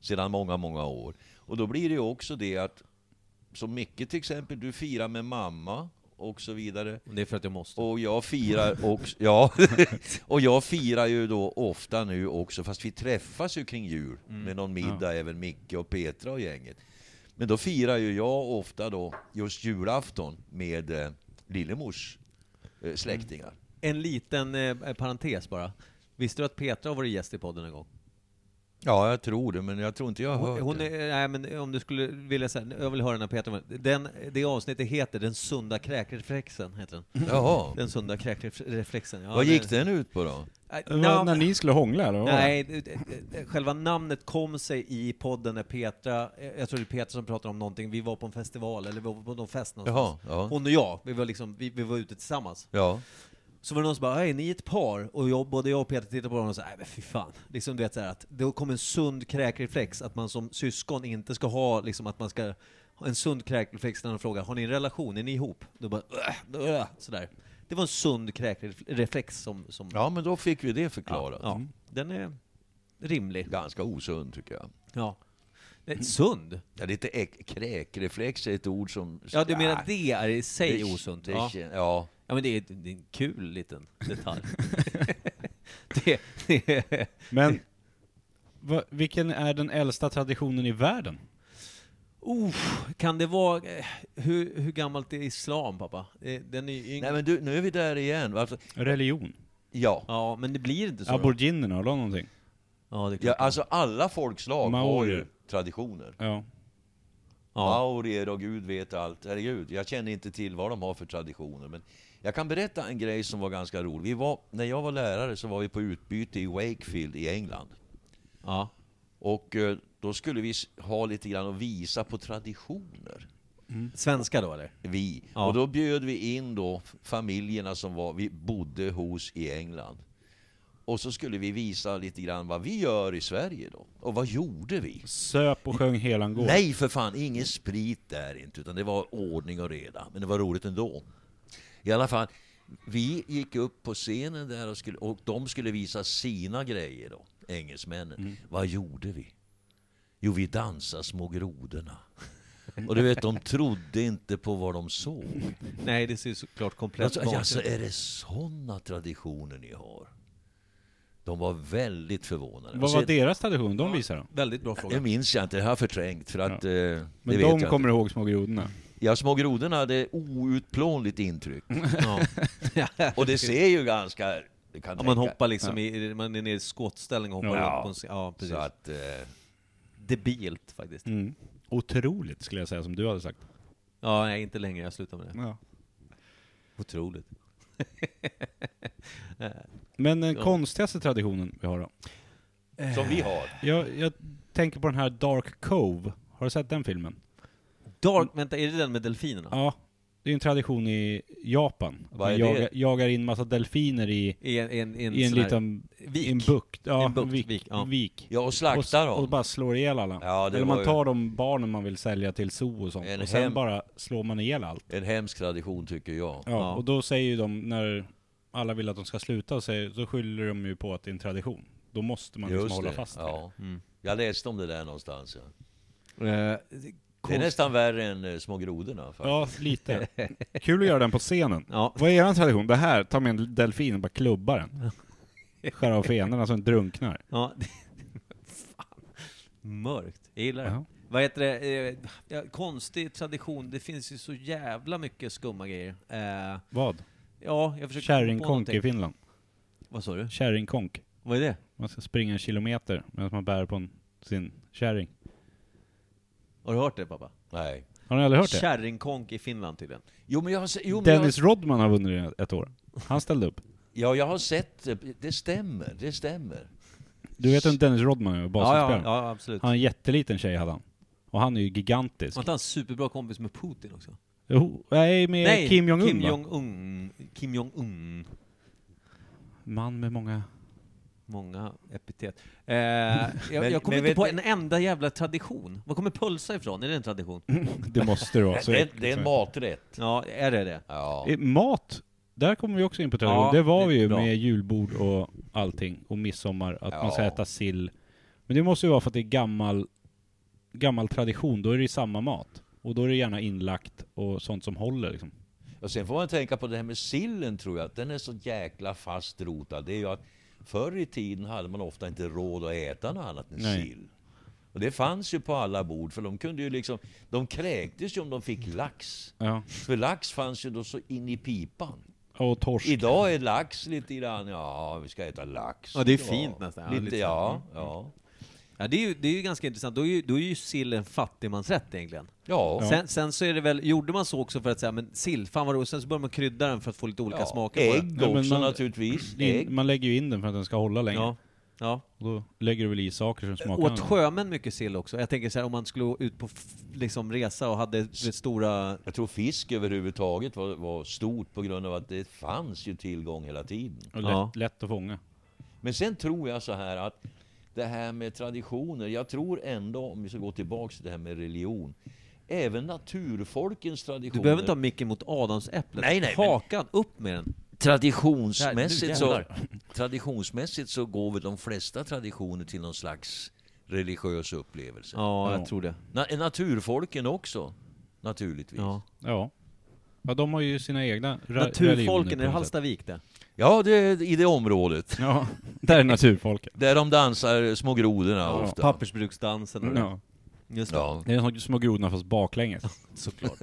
sedan många, många år. Och då blir det ju också det att, som Micke till exempel, du firar med mamma och så vidare. Det är för att jag måste. Och jag firar också, ja, och jag firar ju då ofta nu också, fast vi träffas ju kring jul med någon middag, även Micke och Petra och gänget. Men då firar ju jag ofta då just julafton med eh, Lillemors eh, släktingar. En liten eh, parentes bara. Visste du att Petra har varit gäst i podden en gång? Ja, jag tror det, men jag tror inte jag har Hon, hört hon det. är, nej men om du skulle vilja säga, jag vill höra när Petra var den, Det avsnittet heter Den sunda kräkreflexen, heter den. Jaha. Den sunda kräkreflexen. Ja, Mm. Vad gick den ut på då? Nej, Det var när nam- ni skulle hångla eller? vad var det? Nej, det- det- det- själva namnet kom sig i podden när Petra, eh, jag tror det är Petra som pratar om någonting, vi var på en festival, eller vi var på någon fest någonstans. Jaha, ja. Hon och jag, vi var, liksom, vi, vi var ute tillsammans. Ja. Så var det någon som bara, är ni är ett par? Och jag, både jag och Peter tittade på varandra och sa, nej men fy fan. Liksom du vet såhär att, då kom en sund kräkreflex, att man som syskon inte ska ha, liksom att man ska, ha en sund kräkreflex när någon frågar, har ni en relation, är ni ihop? Då bara, "Ugh, ugh", sådär. Det var en sund kräkreflex som, som ja, men då fick vi det förklarat. ja, ja. den är rimlig. Ganska osund tycker jag. Ja. Nej, sund? Ja, lite äk- kräkreflex är ett ord som... Ja, du menar Ah, det är i sig det- osunt? det Ja. kän- ja. ja, men det är, det är en kul liten detalj. det, det är... Men, va, vilken är den äldsta traditionen i världen? Oh, kan det vara... eh, Hur, hur gammalt är islam, pappa? Eh, Den är ju yngre. Nej men du, nu är vi där igen. Varför? Religion? Ja. Ja, men det blir inte så. då. Aboriginerna, har de någonting? ja, det är ja, klart. alltså alla folkslag har ju Maorier. traditioner. Ja. Ja. Maorier och gud vet allt. Herregud, jag känner inte till vad de har för traditioner. Men jag kan berätta en grej som var ganska rolig. Vi var, när jag var lärare så var vi på utbyte i Wakefield i England. ja. Och eh, då skulle vi s- ha lite grann att visa på traditioner. Svenska då, eller? Vi. Ja. Och då bjöd vi in då familjerna som var, vi bodde hos i England. Och så skulle vi visa lite grann vad vi gör i Sverige då. Och vad gjorde vi? Söp och sjöng helangård? Nej för fan, ingen sprit där inte, utan det var ordning och reda. Men det var roligt ändå. I alla fall, vi gick upp på scenen där och, skulle, och de skulle visa sina grejer då, engelsmännen. Mm. Vad gjorde vi? Jo, vi dansade Små grodorna. Och du vet, de trodde inte på vad de såg. Nej, det ser ju såklart komplett Alltså, vansinnigt alltså, ut. är det sådana traditioner ni har? De var väldigt förvånade. Vad Och var sen- deras tradition? De visar dem. Väldigt bra Det fråga. minns jag inte, det har jag förträngt. För att, eh, det Men de vet jag inte. kommer ihåg Små grodorna. Ja, Små grodorna hade outplånligt intryck. Ja. Och det ser ju ganska... Det kan Ja, man tänka. hoppar liksom i, man är nere i skottställning och hoppar Ja. upp på en scen. Ja, precis. Så att, eh, Debilt, faktiskt. Mm. Otroligt skulle jag säga, som du hade sagt. Ja, nej, inte längre. Jag slutar med det. Ja. Otroligt. Men den konstigaste traditionen vi har då? som vi har. Jag, jag tänker på den här Dark Cove. Har du sett den filmen? Dark, vänta, är det den med delfinerna? Ja, det är en tradition i Japan. Att Vad man är det? jagar, jagar in massa delfiner i, I en, i en, i en, i en sån här liten vik. i en bukt. Ja, En bukt, en vik. vik, ja. vik. Ja, och Eh. Och, s- slaktar och dem. bara slår ihjel alla. Ja, det Eller var man ju- tar de barnen man vill sälja till zoo och sånt. En Och sen hem- bara slår man ihjel allt. En hemsk tradition tycker jag. Ja, Ja. Och då säger ju de, när alla vill att de ska sluta, så, säger, så skyller de ju på att det är en tradition. Då måste man liksom hålla fast vid det. Ja. Jag läste om det där någonstans. Ja. Eh, Det är konst- nästan värre än eh, små grodorna. Faktiskt. Ja, lite. Kul att göra den på scenen. Ja. Vad är eran tradition? Det här, ta med en delfin och bara klubba den. Skär av fenorna så den drunknar. Ja. Fan. Mörkt. Jag gillar det. Ja. Vad heter det? Eh, ja, konstig tradition. Det finns ju så jävla mycket skumma grejer. Eh, Vad? ja, jag försöker komma på Kärringkonk någonting. i Finland. Vad sa du? Kärringkonk. Vad är det? Man ska springa en kilometer medan man bär på en, sin kärring. Har du hört det pappa? Nej. Har ni aldrig hört det? Kärringkonk i Finland tydligen. Jo, men jag har, se- jo, men jag, Dennis Rodman har vunnit det ett år. Han ställde upp. ja, jag har sett det. Det stämmer, det stämmer. Du vet vem Dennis Rodman är? Ja, ja, Basketspelaren. ja absolut. Han är Har en jätteliten tjej hade han. Och han är ju gigantisk. inte han superbra kompis med Putin också? Jo, nej, med Eh, Kim Jong-Un Kim va? Jong-Un. Kim Jong-Un. Man med många... Många epitet. Eh, jag, jag kommer men inte vet på du- en enda jävla tradition. Var kommer pölsa ifrån? Är det en tradition? Mm. Det måste det liksom. vara. Så det, är- äckligt det är så en här. maträtt. Ja, är det det? Ja. Eh, Mat, där kommer vi också in på tradition. Ja, det var det är vi ju bra. med julbord och allting, och midsommar, att man ska Ja. äta sill. Men det måste ju vara för att det är gammal, gammal tradition, då är det ju samma mat. Och då är det gärna inlagt och sånt som håller liksom. Och sen får man tänka på det här med sillen tror jag, att den är så jäkla fast rotad. Det är ju att förr i tiden hade man ofta inte råd att äta något annat än Nej. sill. Och det fanns ju på alla bord, för de kunde ju liksom, de kräktes ju om de fick lax. Ja. För lax fanns ju då så in i pipan. Och torsk. Idag är lax lite grann, ja vi ska äta lax. Ja, det är fint nästan. Ja, Lite, lite så. Mm. ja, ja. Ja, det är ju, det är ju ganska intressant. Då är ju, då är ju sill en fattigmansrätt egentligen. Ja, Sen, sen så är det väl, gjorde man så också för att säga, men sill, fan vad roligt. Sen så började man krydda den för att få lite olika ja. smaker på den. Ägg Nej, men också man- naturligtvis. Det är- Ägg. Man lägger ju in den för att den ska hålla länge. Ja. Ja. Och då lägger du väl i saker som smakar Åt annorlunda. sjömän mycket sill också. Jag tänker så här, om man skulle ut på f- liksom resa och hade det stora... Jag tror fisk överhuvudtaget var, var stort på grund av att det fanns ju tillgång hela tiden. Och lätt, Ja. lätt att fånga. Men sen tror jag så här att det här med traditioner, jag tror ändå om vi ska gå tillbaks till det här med religion, även naturfolkens traditioner. Du behöver inte ha micken mot adamsäpplet. Nej, nej, men- Hakan, upp med den. traditionsmässigt, Där, nu så, jävlar. traditionsmässigt så går väl de flesta traditioner till någon slags religiös upplevelse. Ja, Ja. jag tror det. Na, naturfolken också, naturligtvis. Ja. Ja, Ja. Ja, de har ju sina egna ra- religioner Naturfolken, på är det något sätt. Hallstavik det? det är i det området. Ja, där är naturfolket. Där de dansar små grodorna Ja. ofta. Pappersbruksdansen och det. Ja. Just det. Ja. Det är som små grodorna fast baklänges. Såklart.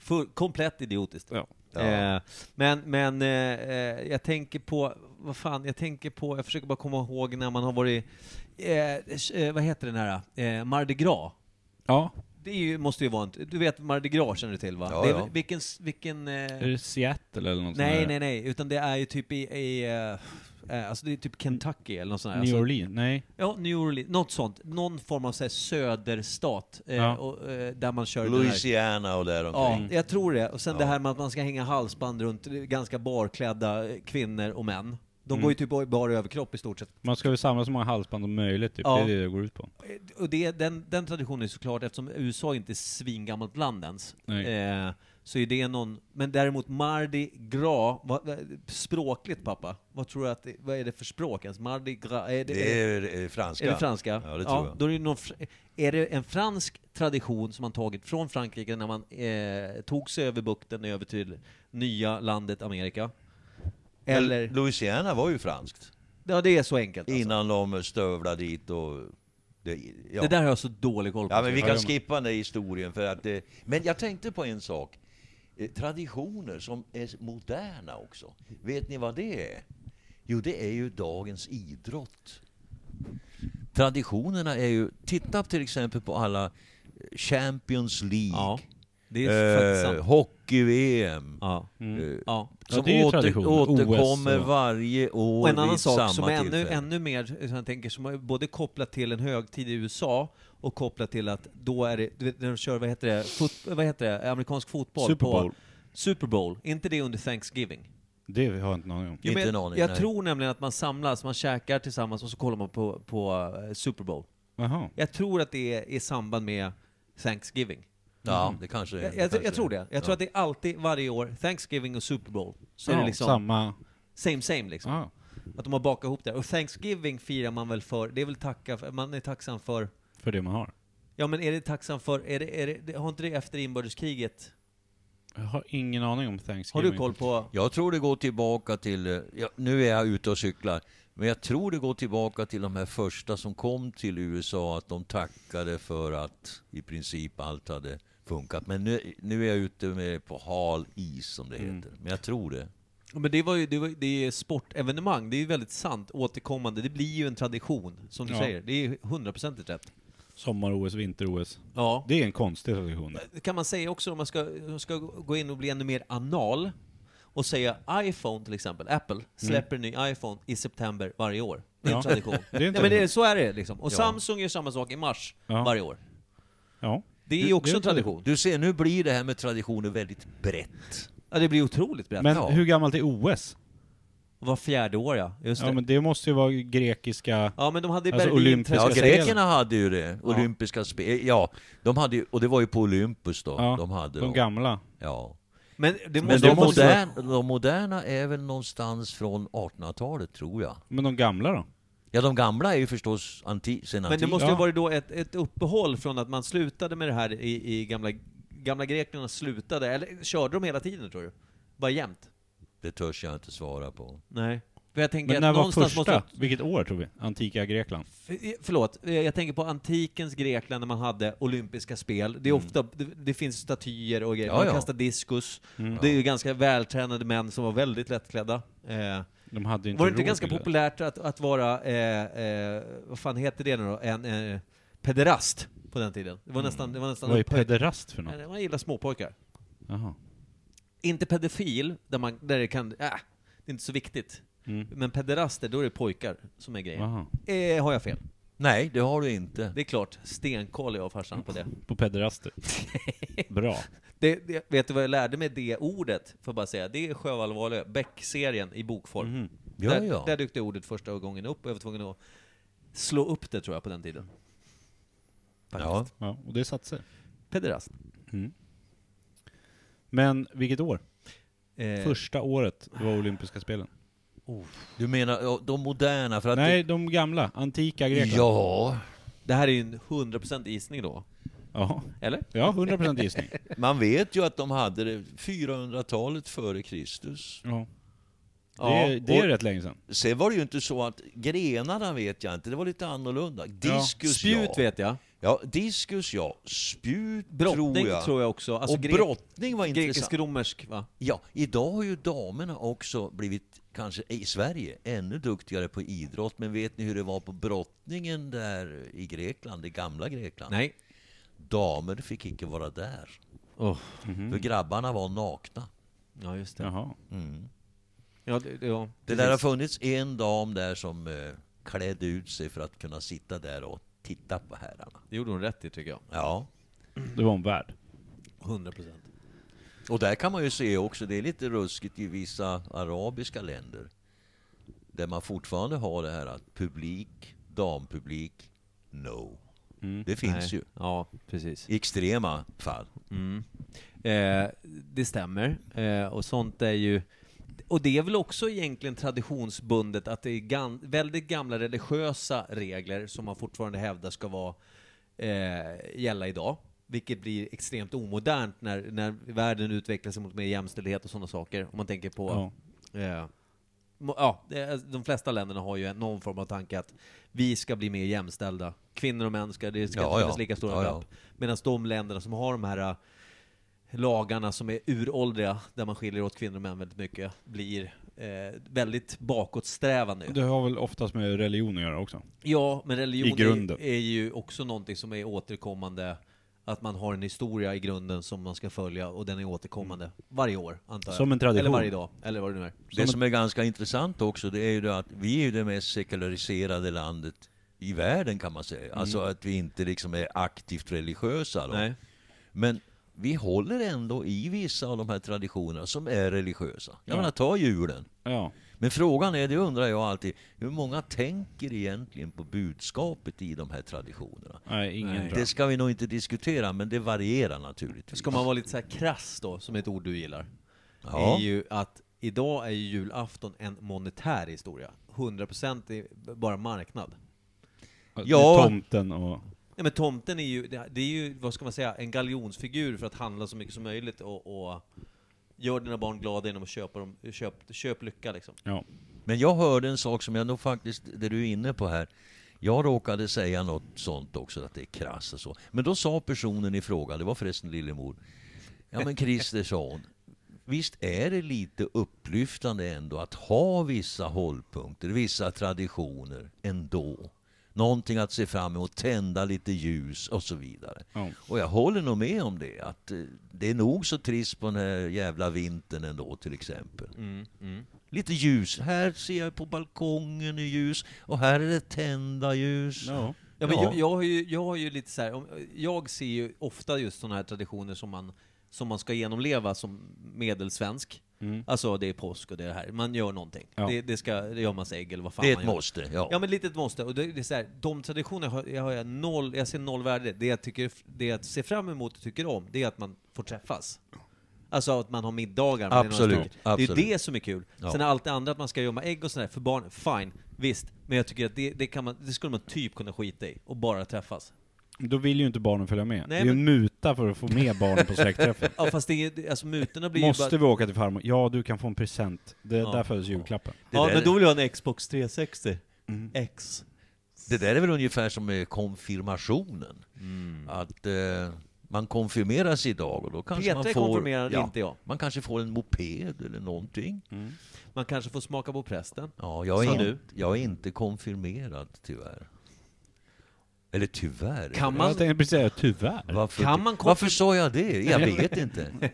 Full, komplett idiotiskt. Ja. Eh, men men eh, eh, jag tänker på, vad fan, jag tänker på, jag försöker bara komma ihåg när man har varit, eh, eh, vad heter den här, eh, Mardi Gras. Ja, Det är ju, måste ju vara en, du vet Mardi Gras känner du till va? Ja, det är, ja. Vilken, s- vilken... eh, Är det Seattle eller något sånt nej, där? nej, nej, utan det är ju typ i, i eh, eh, alltså det är typ Kentucky eller något sånt där. New Alltså, Orleans? Nej. Ja, New Orleans, något sånt. Någon form av så här, söderstat, eh, Ja. och, eh, där man kör den här- Louisiana och Ja, däromkring. jag tror det. Och sen det här med att man ska hänga halsband runt ganska barklädda eh, kvinnor och män. De går ju typ i bar överkropp i stort sett. Man ska väl samla så många halsband som möjligt, typ. Ja. det är det det går ut på. Eh, Och det, den, den traditionen är såklart, eftersom USA inte är svingammalt land ens, Nej. eh, så är det någon... Men däremot Mardi Gras, vad, vad- språkligt pappa, vad tror du att, det- vad är det för språk ens? Mardi Gras, är det, Det är eh, franska. är det franska? Ja, det tror jag. Då är, det någon, fr- är det en fransk tradition som man tagit från Frankrike när man eh, tog sig över bukten över till nya landet Amerika? Eller? Men Louisiana var ju franskt. Ja, det är så enkelt alltså. Innan de stövlade dit och... Det, ja. Det där har jag så dålig koll på. ja, men vi Ja, kan det- skippa den där historien för att det, Men jag tänkte på en sak. Eh, Traditioner som är moderna också. Vet ni vad det är? Jo, det är ju dagens idrott. Traditionerna är ju... Titta till exempel på alla eh, Champions League. Ja. Det är faktiskt eh, sant. hockey-VM. Ja. Mm. Eh, Ja. Som det är ju åter, tradition. återkommer OS och- varje år Och en annan vid sak samma som är ännu, tillfälle. ännu mer, eh, som jag tänker, som är både kopplat till en högtid i USA och kopplat till att då är det, du vet när de kör, vad heter det, fot, vad heter det amerikansk fotboll? Super Bowl. På, Super Bowl, är inte det under Thanksgiving? Det har jag inte någon aning om. Jo, men Inte jag- en aning, jag nej. tror nämligen att man samlas, man käkar tillsammans och så kollar man på, på eh, Super Bowl. Jaha. Jag tror att det är i samband med Thanksgiving. Mm. Ja, det kanske är. Jag, kanske jag, jag tror är. det. Jag tror att det är alltid varje år, Thanksgiving och Super Bowl. Så är Ja, det liksom Samma... same same liksom. Ja. Att de har bakat ihop det. Och Thanksgiving firar man väl för, det är väl tacka för, man är tacksam för, För det man har. ja men är det tacksam för, är det, är det, det- har inte det efter inbördeskriget? Jag har ingen aning om Har Thanksgiving. du koll på? Jag tror det går tillbaka till, eh, ja, nu är jag ute och cyklar, men jag tror det går tillbaka till de här första som kom till USA, att de tackade för att i princip allt hade funkat. Men nu, nu är jag ute med, på hal is som det Mm. heter. Men jag tror det. Men det var ju, det, var, det är sportevenemang, det är ju väldigt sant, återkommande, det blir ju en tradition, som du Ja. säger. Det är ju hundraprocentigt rätt. Sommar-OS, vinter-OS. Ja. Det är en konstig tradition. Det kan man säga också om man ska, om man ska gå in och bli ännu mer anal, och säga iPhone till exempel, Apple släpper en ny iPhone i september varje år. Det är en Ja. tradition. Det är en ja, men det, är- tradition. så är det liksom. Och Ja. Samsung gör samma sak i mars Ja. varje år. Ja. Det är Det- också det är en tradition. Du ser, nu blir det här med traditioner väldigt brett. Ja, det blir otroligt brett. Men ja. hur gammalt är OS? Var fjärde år ja, just Ja det. men det måste ju vara grekiska... Ja men de hade i Alltså, Berlin... olympiska- Ja, Jag ska säga grekerna hade ju det. Olympiska spel. Ja, de hade ju, och det var ju på Olympus då. Ja, de hade de dem. gamla. Ja. Men det Men måste de det måste vara- moderna, de moderna är väl någonstans från 1800-talet, tror jag. Men de gamla då? Ja, de gamla är ju förstås anti, sen Men det antiken. måste ju Ja. varit då ett, ett uppehåll från att man slutade med det här i, i gamla, gamla grekerna slutade, eller körde de hela tiden tror du? Bara jämt? Det törs jag inte svara på. Nej. För jag tänker Men att när var någonstans första? måste... Vilket år tror vi? Antika Grekland? F- Förlåt, eh, jag tänker på antikens Grekland när man hade olympiska spel. Det är Mm. ofta, det, det finns statyer och grejer, Ja, man ja. kastar diskus. Mm. Det är ju ganska vältränade män som var väldigt lättklädda. Eh, De hade ju inte Var det inte råd ganska till populärt att, att vara, eh, eh, vad fan heter det nu då, en eh, pederast på den tiden? Det var nästan... Det var nästan Vad är pederast för något? Nej, Man gillar småpojkar. Jaha. Inte pedofil, där, man, där det kan, äh, det är inte så viktigt. Mm. Men pederaster, då är det pojkar som är grejen. Aha. Eh, har jag fel? Nej, det har du inte. Det är klart, stenkoll jag och farsan på det. På pederaster. Bra. det, det. Vet du vad jag lärde mig det ordet? Får jag bara säga. Det är Sjöwall Beck-serien i bokform. Mm-hmm. Mhm. Ja, där, ja. där dök det ordet första gången upp och jag var tvungen att slå upp det tror jag på den tiden. ja. Ja, och det satte sig. Pederast. Men vilket år? Eh, Första året var olympiska spelen. Du menar ja, de moderna? För att Nej, de gamla. Antika det, Grekland. ja, Det här är ju en 100% isning då, Ja, eller? ja 100% gissning. man vet ju att de hade det 400-talet före Kristus. Ja. Det, Ja, är- det är och- rätt länge sedan. Sen var det ju inte så att grenarna vet jag inte, det var lite annorlunda. Diskus ja. Spjut vet jag. Ja, diskus ja. Spjut Brottning tror jag. också. Alltså och grek- brottning var intressant. Grekisk-romersk va? Ja, idag har ju damerna också blivit, kanske i Sverige, ännu duktigare på idrott. Men vet ni hur det var på brottningen där i Grekland, det gamla Grekland? Nej. Damer fick icke vara där. Oh. För grabbarna var nakna. Ja, just det. Jaha. Ja, det, det, ja, Det precis. lär har funnits en dam där som eh, klädde ut sig för att kunna sitta där och titta på herrarna. det gjorde hon rätt i tycker jag. Ja, Det var en värld. 100%. och där kan man ju se också, det är lite ruskigt i vissa arabiska länder. Där man fortfarande har det här att publik, dampublik, no. Det finns Mm, Nej. ju. Ja, precis. I extrema fall. Mm. Eh, det stämmer. Eh, och sånt är ju... Och det är väl också egentligen traditionsbundet att det är gan- väldigt gamla religiösa regler som man fortfarande hävdar ska vara, eh, gälla idag. Vilket blir extremt omodernt när, när världen utvecklas mot mer jämställdhet och sådana saker. Om man tänker på... Eh, må- Ja, det är- de flesta länderna har ju en- någon form av tanke att vi ska bli mer jämställda. Kvinnor och män ska, det ska Ja, inte finnas ja. lika stora Ja, ja. glapp. Medan de länderna som har de här eh, lagarna som är uråldriga, där man skiljer åt kvinnor och män väldigt mycket, blir eh, väldigt bakåtsträvande. Det har väl oftast med religion att göra också. Ja, men religion I grunden. Är, är ju också någonting som är återkommande, att man har en historia i grunden som man ska följa och den är återkommande varje år, antar Mm. jag. Som en tradition. Eller varje dag, eller vad det nu är. Det som är ganska intressant också, det är ju det att vi är ju det mest sekulariserade landet i världen kan man säga. Alltså att vi inte liksom är aktivt religiösa. Då. Mm. Nej. Men vi håller ändå i vissa av de här traditionerna som är religiösa. Jag Ja. menar, ta julen. Ja. Men frågan är, det undrar jag alltid, hur många tänker egentligen på budskapet i de här traditionerna? Nej, ingen tror Det jag. ska vi nog inte diskutera, men det varierar naturligtvis. Ska man vara lite så här krass då, som är ett ord du gillar, Ja. är ju att idag är ju julafton en monetär historia. 100% är bara marknad. Ja. Tomten och... Nej men tomten är ju, det det är ju, vad ska man säga, en galjonsfigur för att handla så mycket som möjligt och, och gör dina barn glada genom att köpa dem, köp, köp lycka liksom. Ja. Men jag hörde en sak som jag nog faktiskt, det du är inne på här. Jag råkade säga något sånt också, att det är krass och så. Men då sa personen i fråga, det var förresten Lillemor, ja men Christer sa hon, visst är det lite upplyftande ändå att ha vissa hållpunkter, vissa traditioner ändå. Någonting att se fram emot, tända lite ljus och så vidare. Ja. Och jag håller nog med om det, att eh, det är nog så trist på den här jävla vintern ändå till exempel. Mm, Lite ljus. Här ser jag på balkongen i ljus och här är det tända ljus. Ja. Ja, men Ja. Jag, jag, har ju, jag har ju lite så här, om- jag ser ju ofta just sådana här traditioner som man, som man ska genomleva som medelsvensk. Mm. Alltså det är påsk och det är det här, man gör någonting. Ja. Det, det, ska, det gör massa ägg eller vad fan Det är man ett gör. måste. Ja. Ja men lite ett måste, och det, det är så här, de traditioner har, jag, har jag, noll, jag ser noll värde i. Det jag, tycker, det jag ser fram emot och tycker om, det är att man får träffas. Alltså att man har middagar. man är några Absolut, stycken. absolut. Det är det som är kul. Ja. Sen är allt det andra, att man ska gömma ägg och sådär, för barn, fine, visst. Men jag tycker att det, det, kan man, det skulle man typ kunna skita i, och bara träffas. Då vill ju inte barnen följa med. Nej, det är ju en muta för att få med barnen på släktträffen. Ja fast det, är- det- alltså mutorna blir Måste ju bara... vi åka till farmor? Ja, du kan få en present. Det är Ja. där föds julklappen. Ja Det där- Mm. men då vill jag ha en Xbox 360. X. Det där är väl ungefär som med konfirmationen. Mm. Att eh, man konfirmeras idag och då kanske Petra man är får... konfirmerad, inte jag. Man kanske får en moped eller någonting. Man kanske får smaka på prästen. Ja, jag Sa är, du? inte, jag är inte konfirmerad tyvärr. Eller tyvärr. Kan man, Jag tänkte precis säga tyvärr. Varför, Kan man konfir- varför sa jag det? Jag vet inte.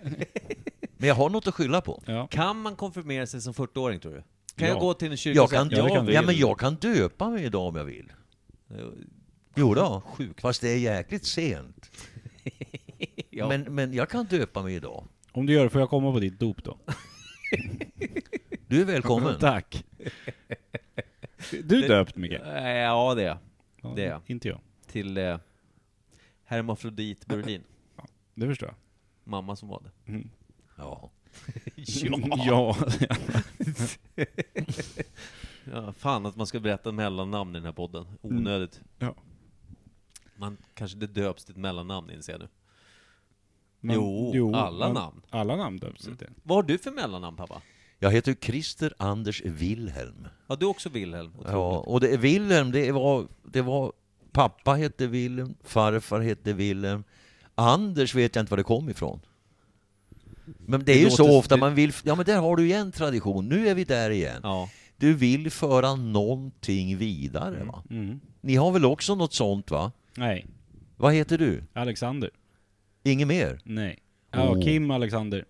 Men jag har något att skylla på. Ja. Kan man konfirmera sig som 40-åring tror du? Kan Ja. jag gå till en kyrka Jag och säga kan, att Ja, det kan ja, du. ja, men jag kan döpa mig idag om jag vill. Jo då, Sjukt. fast det är jäkligt sent. Ja. Men, men jag kan döpa mig idag. Om du gör det får jag komma på ditt dop då. Du är välkommen. Tack. Du är döpt Micke? Eh, Ja, det är jag. Ja, det är jag. Inte jag. Till eh, Hermafrodit Berlin. Det förstår jag. Mamma som var det. Ja. ja. Ja, fan att man ska berätta mellannamn i den här podden. Mm. Onödigt. Ja. Man kanske inte döps till ett mellannamn inser jag nu. Men- Jo, alla namn. Alla namn döps inte. Vad har du för mellannamn pappa? Jag heter Christer Anders Wilhelm. Ja, du är också Wilhelm. Otroligt. Ja, och det, Wilhelm, det var, det var... Pappa hette Wilhelm, farfar hette Wilhelm. Anders vet jag inte var det kom ifrån. Men det är Det ju låter- så ofta det- man vill... Ja, men där har du ju en tradition. Nu är vi där igen. Ja. Du vill föra någonting vidare, va? Mm. Ni har väl också något sånt, va? Nej. Vad heter du? Alexander? Inget mer? Nej. Ja, Oh. Kim Alexander.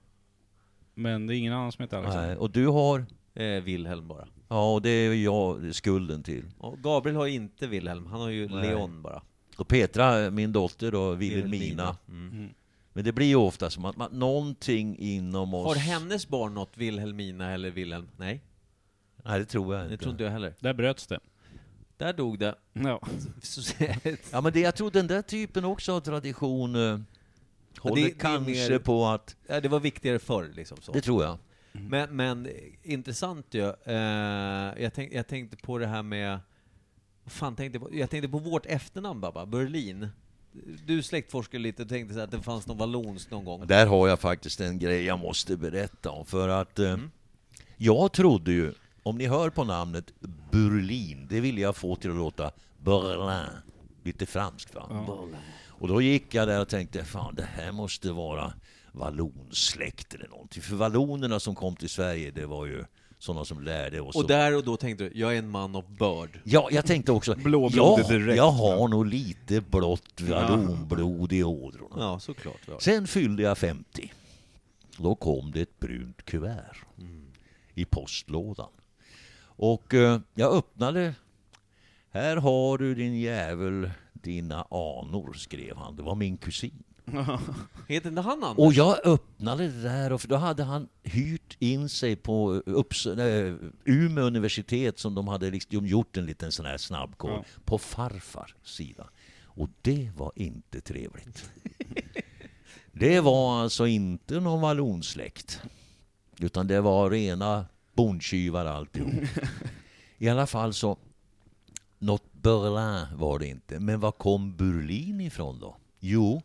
Men det är ingen annan som heter Alexander. Nej, och du har... Eh, Wilhelm bara. Ja, och det är jag skulden till. Och Gabriel har ju inte Wilhelm, han har ju Nej. Leon bara. Och Petra, min dotter då, Vilhelmina. Mm. Men det blir ju ofta som att man, någonting inom oss... Har hennes barn något Wilhelmina eller Wilhelm? Nej, Nej, det tror jag inte. det tror inte jag heller. Där bröts det. Där dog det. Ja. Så- Ja, men det, jag tror den där typen också av tradition eh, håller det är kanske mer- på att... Ja, det var viktigare förr liksom. Så. Det tror jag. Men, men eh, intressant ju. Eh, jag, tänk, jag tänkte på det här med... Vad fan tänkte jag på? Jag tänkte på vårt efternamn, Babba. Berlin. Du släktforskade lite och tänkte så här att det fanns någon vallonsk någon gång. Där har jag faktiskt en grej jag måste berätta om. För att eh, Mm. jag trodde ju, om ni hör på namnet Berlin, det ville jag få till att låta Berlin. Lite franskt va? Berlin. Och då gick jag där och tänkte, fan det här måste vara vallonsläkt eller någonting. För vallonerna som kom till Sverige, det var ju sådana som lärde oss. Och att- där och då tänkte du, jag är en man of bird. Ja, jag tänkte också, ja, Blåblodig direkt, jag va? har nog lite blått vallonblod i ådrorna. Ja, såklart. Ja. Sen fyllde jag 50. Då kom det ett brunt kuvert i postlådan. Och eh, jag öppnade. Här har du din jävel, dina anor, skrev han. Det var min kusin. Heter inte han Anders? Och jag öppnade det där och för då hade han hyrt in sig på eh, Upps, nej, Umeå universitet som de hade liksom gjort en liten sån här snabbkoll på farfars sida. Och det var inte trevligt. det var alltså inte någon vallonsläkt. Utan det var rena bondtjuvar alltihop. I alla fall så, något Berlin var det inte. Men var kom Berlin ifrån då? Jo,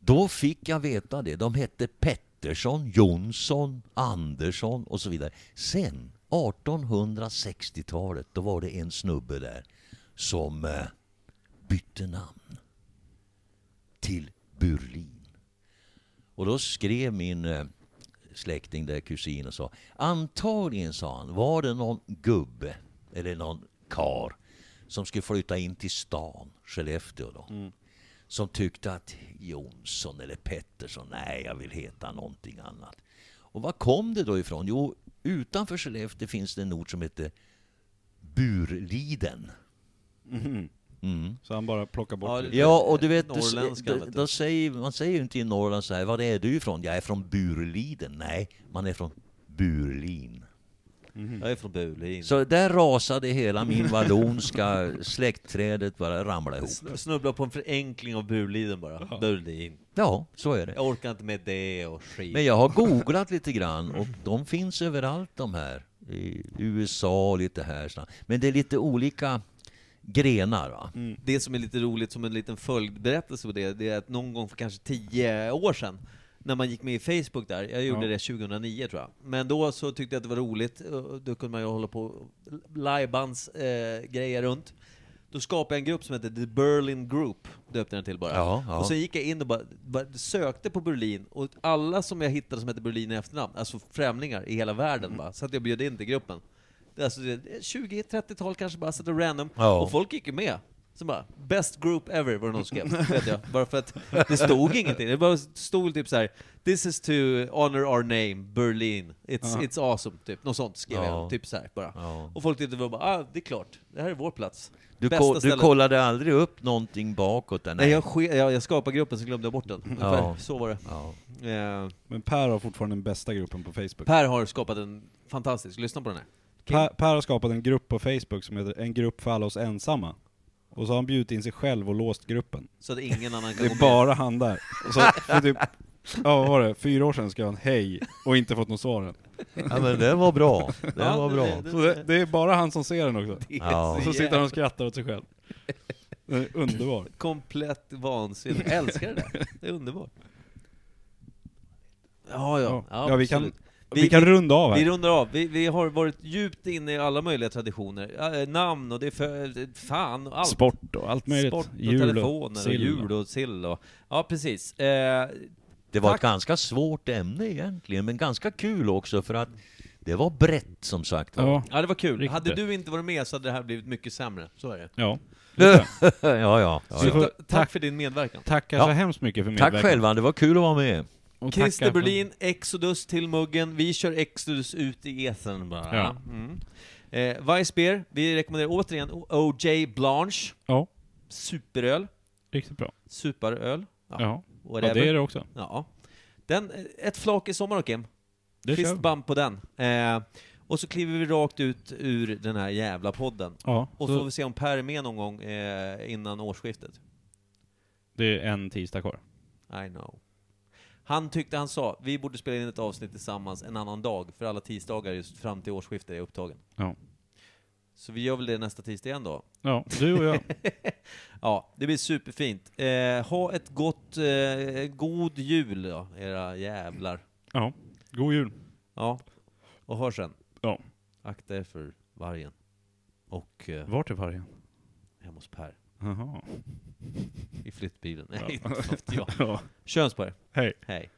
då fick jag veta det. De hette Pettersson, Jonsson, Andersson och så vidare. Sen, 1860-talet, då var det en snubbe där som eh, bytte namn till Burlin. Och då skrev min eh, släkting där, kusin, och sa antagligen, sa han, var det någon gubbe eller någon kar som skulle flytta in till stan, Skellefteå då som tyckte att Jonsson eller Pettersson, nej jag vill heta någonting annat. Och var kom det då ifrån? Jo, utanför Skellefteå finns det en ort som heter Burliden. Så han bara plockar bort Ja, det. Ja, och du vet, du, Norrländska, då, vet du. då säger, man säger ju inte i Norrland så här, var är du ifrån? Jag är från Burliden. Nej, man är från Burlin. Jag är från Bulin. Så där rasade hela min vallonska släktträdet bara ramla ihop. Sn- Snubbla på en förenkling av Burliden bara. Burlin. Ja, så är det. Jag orkar inte med det och skit. Men jag har googlat lite grann och de finns överallt de här. I USA och lite här. såna. Men det är lite olika grenar va? Det som är lite roligt som en liten följdberättelse på det, det är att någon gång för kanske tio år sedan, när man gick med i Facebook där, jag gjorde Ja. det 2009 tror jag, men då så tyckte jag att det var roligt, och då kunde man ju hålla på och lajbans eh, grejer runt. Då skapade jag en grupp som hette The Berlin Group, döpte den till bara. Ja, ja. Och sen gick jag in och bara, bara sökte på Berlin, och alla som jag hittade som hette Berlin i efternamn, alltså främlingar i hela Mm. världen bara, så att jag bjöd in till gruppen. Det är Alltså, det är 20-30-tal kanske bara, så det är random. Ja. Och folk gick ju med. Sen bara, best group ever var det någon som skrev, vet jag. Bara för att det stod ingenting. Det bara stod typ så här: this is to honor our name, Berlin. It's, Ja. it's awesome, typ. Något sånt skrev Ja. jag, typ så här bara. Ja. Och folk tyckte det var bara, ah, det är klart, det här är vår plats. Du, Bästa ko- du stället. kollade aldrig upp någonting bakåt? Där, Nej, jag, ske- jag, jag skapade gruppen så glömde jag bort den. Ungefär Ja. så var det. ja. Eh, Men Per har fortfarande den bästa gruppen på Facebook. per har skapat en fantastisk, lyssna på den här. Per, per har skapat en grupp på Facebook som heter En grupp för alla oss ensamma. Och så har han bjudit in sig själv och låst gruppen. Så att ingen annan kan Det gå är med. bara han där. Och så för typ, ja vad var det, fyra år sedan skrev han hej och inte fått något svar än. ja men det var bra. Det Ja, var det- bra. Så det, det är bara han som ser den också. Ja. Och så sitter han och skrattar åt sig själv. Den är Underbar. Komplett vansinne. Jag älskar det där. Det är underbart. Ja, ja. Ja, vi, kan, absolut. vi kan runda av Vi här. rundar av. Vi, vi har varit djupt inne i alla möjliga traditioner. Eh, namn och det är för, eh, fan och allt. Sport och allt möjligt. Sport och Jul och telefoner och sill. jul och sill och... Ja, precis. Eh, Det var Tack. ett ganska svårt ämne egentligen, men ganska kul också för att det var brett som sagt var. Ja, ja, det var kul. Riktigt. Hade du inte varit med så hade det här blivit mycket sämre. Så är det. ja. ja, ja. ja, Så ja. får- Ta- Tack för din medverkan. Tackar Ja. så hemskt mycket för Tack medverkan. själva, det var kul att vara med. Och tackar Christer för- Berlin, Exodus till muggen. Vi kör Exodus ut i etern bara. Ja. Mm. Eh, Weissbier, vi rekommenderar återigen O- OJ Blanche. Ja, Superöl. riktigt bra. Superöl. Ja, Ja, ja whatever. det är det också. Ja. Den, eh, ett flak i sommar då Kim. Det kör vi. Fistbump på den. Eh, och så kliver vi rakt ut ur den här jävla podden. Ja, Och så får så vi se om Per är med någon gång eh, innan årsskiftet. det är en tisdag kvar. I know. Han tyckte, han sa, vi borde spela in ett avsnitt tillsammans en annan dag, för alla tisdagar just fram till årsskiftet är jag upptagen. Ja. Så vi gör väl det nästa tisdag igen då. Ja, du och jag. Ja, det blir superfint. Eh, ha ett gott, eh, god jul då, era jävlar. Ja. God jul. Ja, och hör sen. Ja. Akta er för vargen. Och eh, Vart är vargen? hemma hos Per. Jaha. I flyttbilen. Nej, Ja. inte vet jag. Ja. Köns på er. Hej. Hej.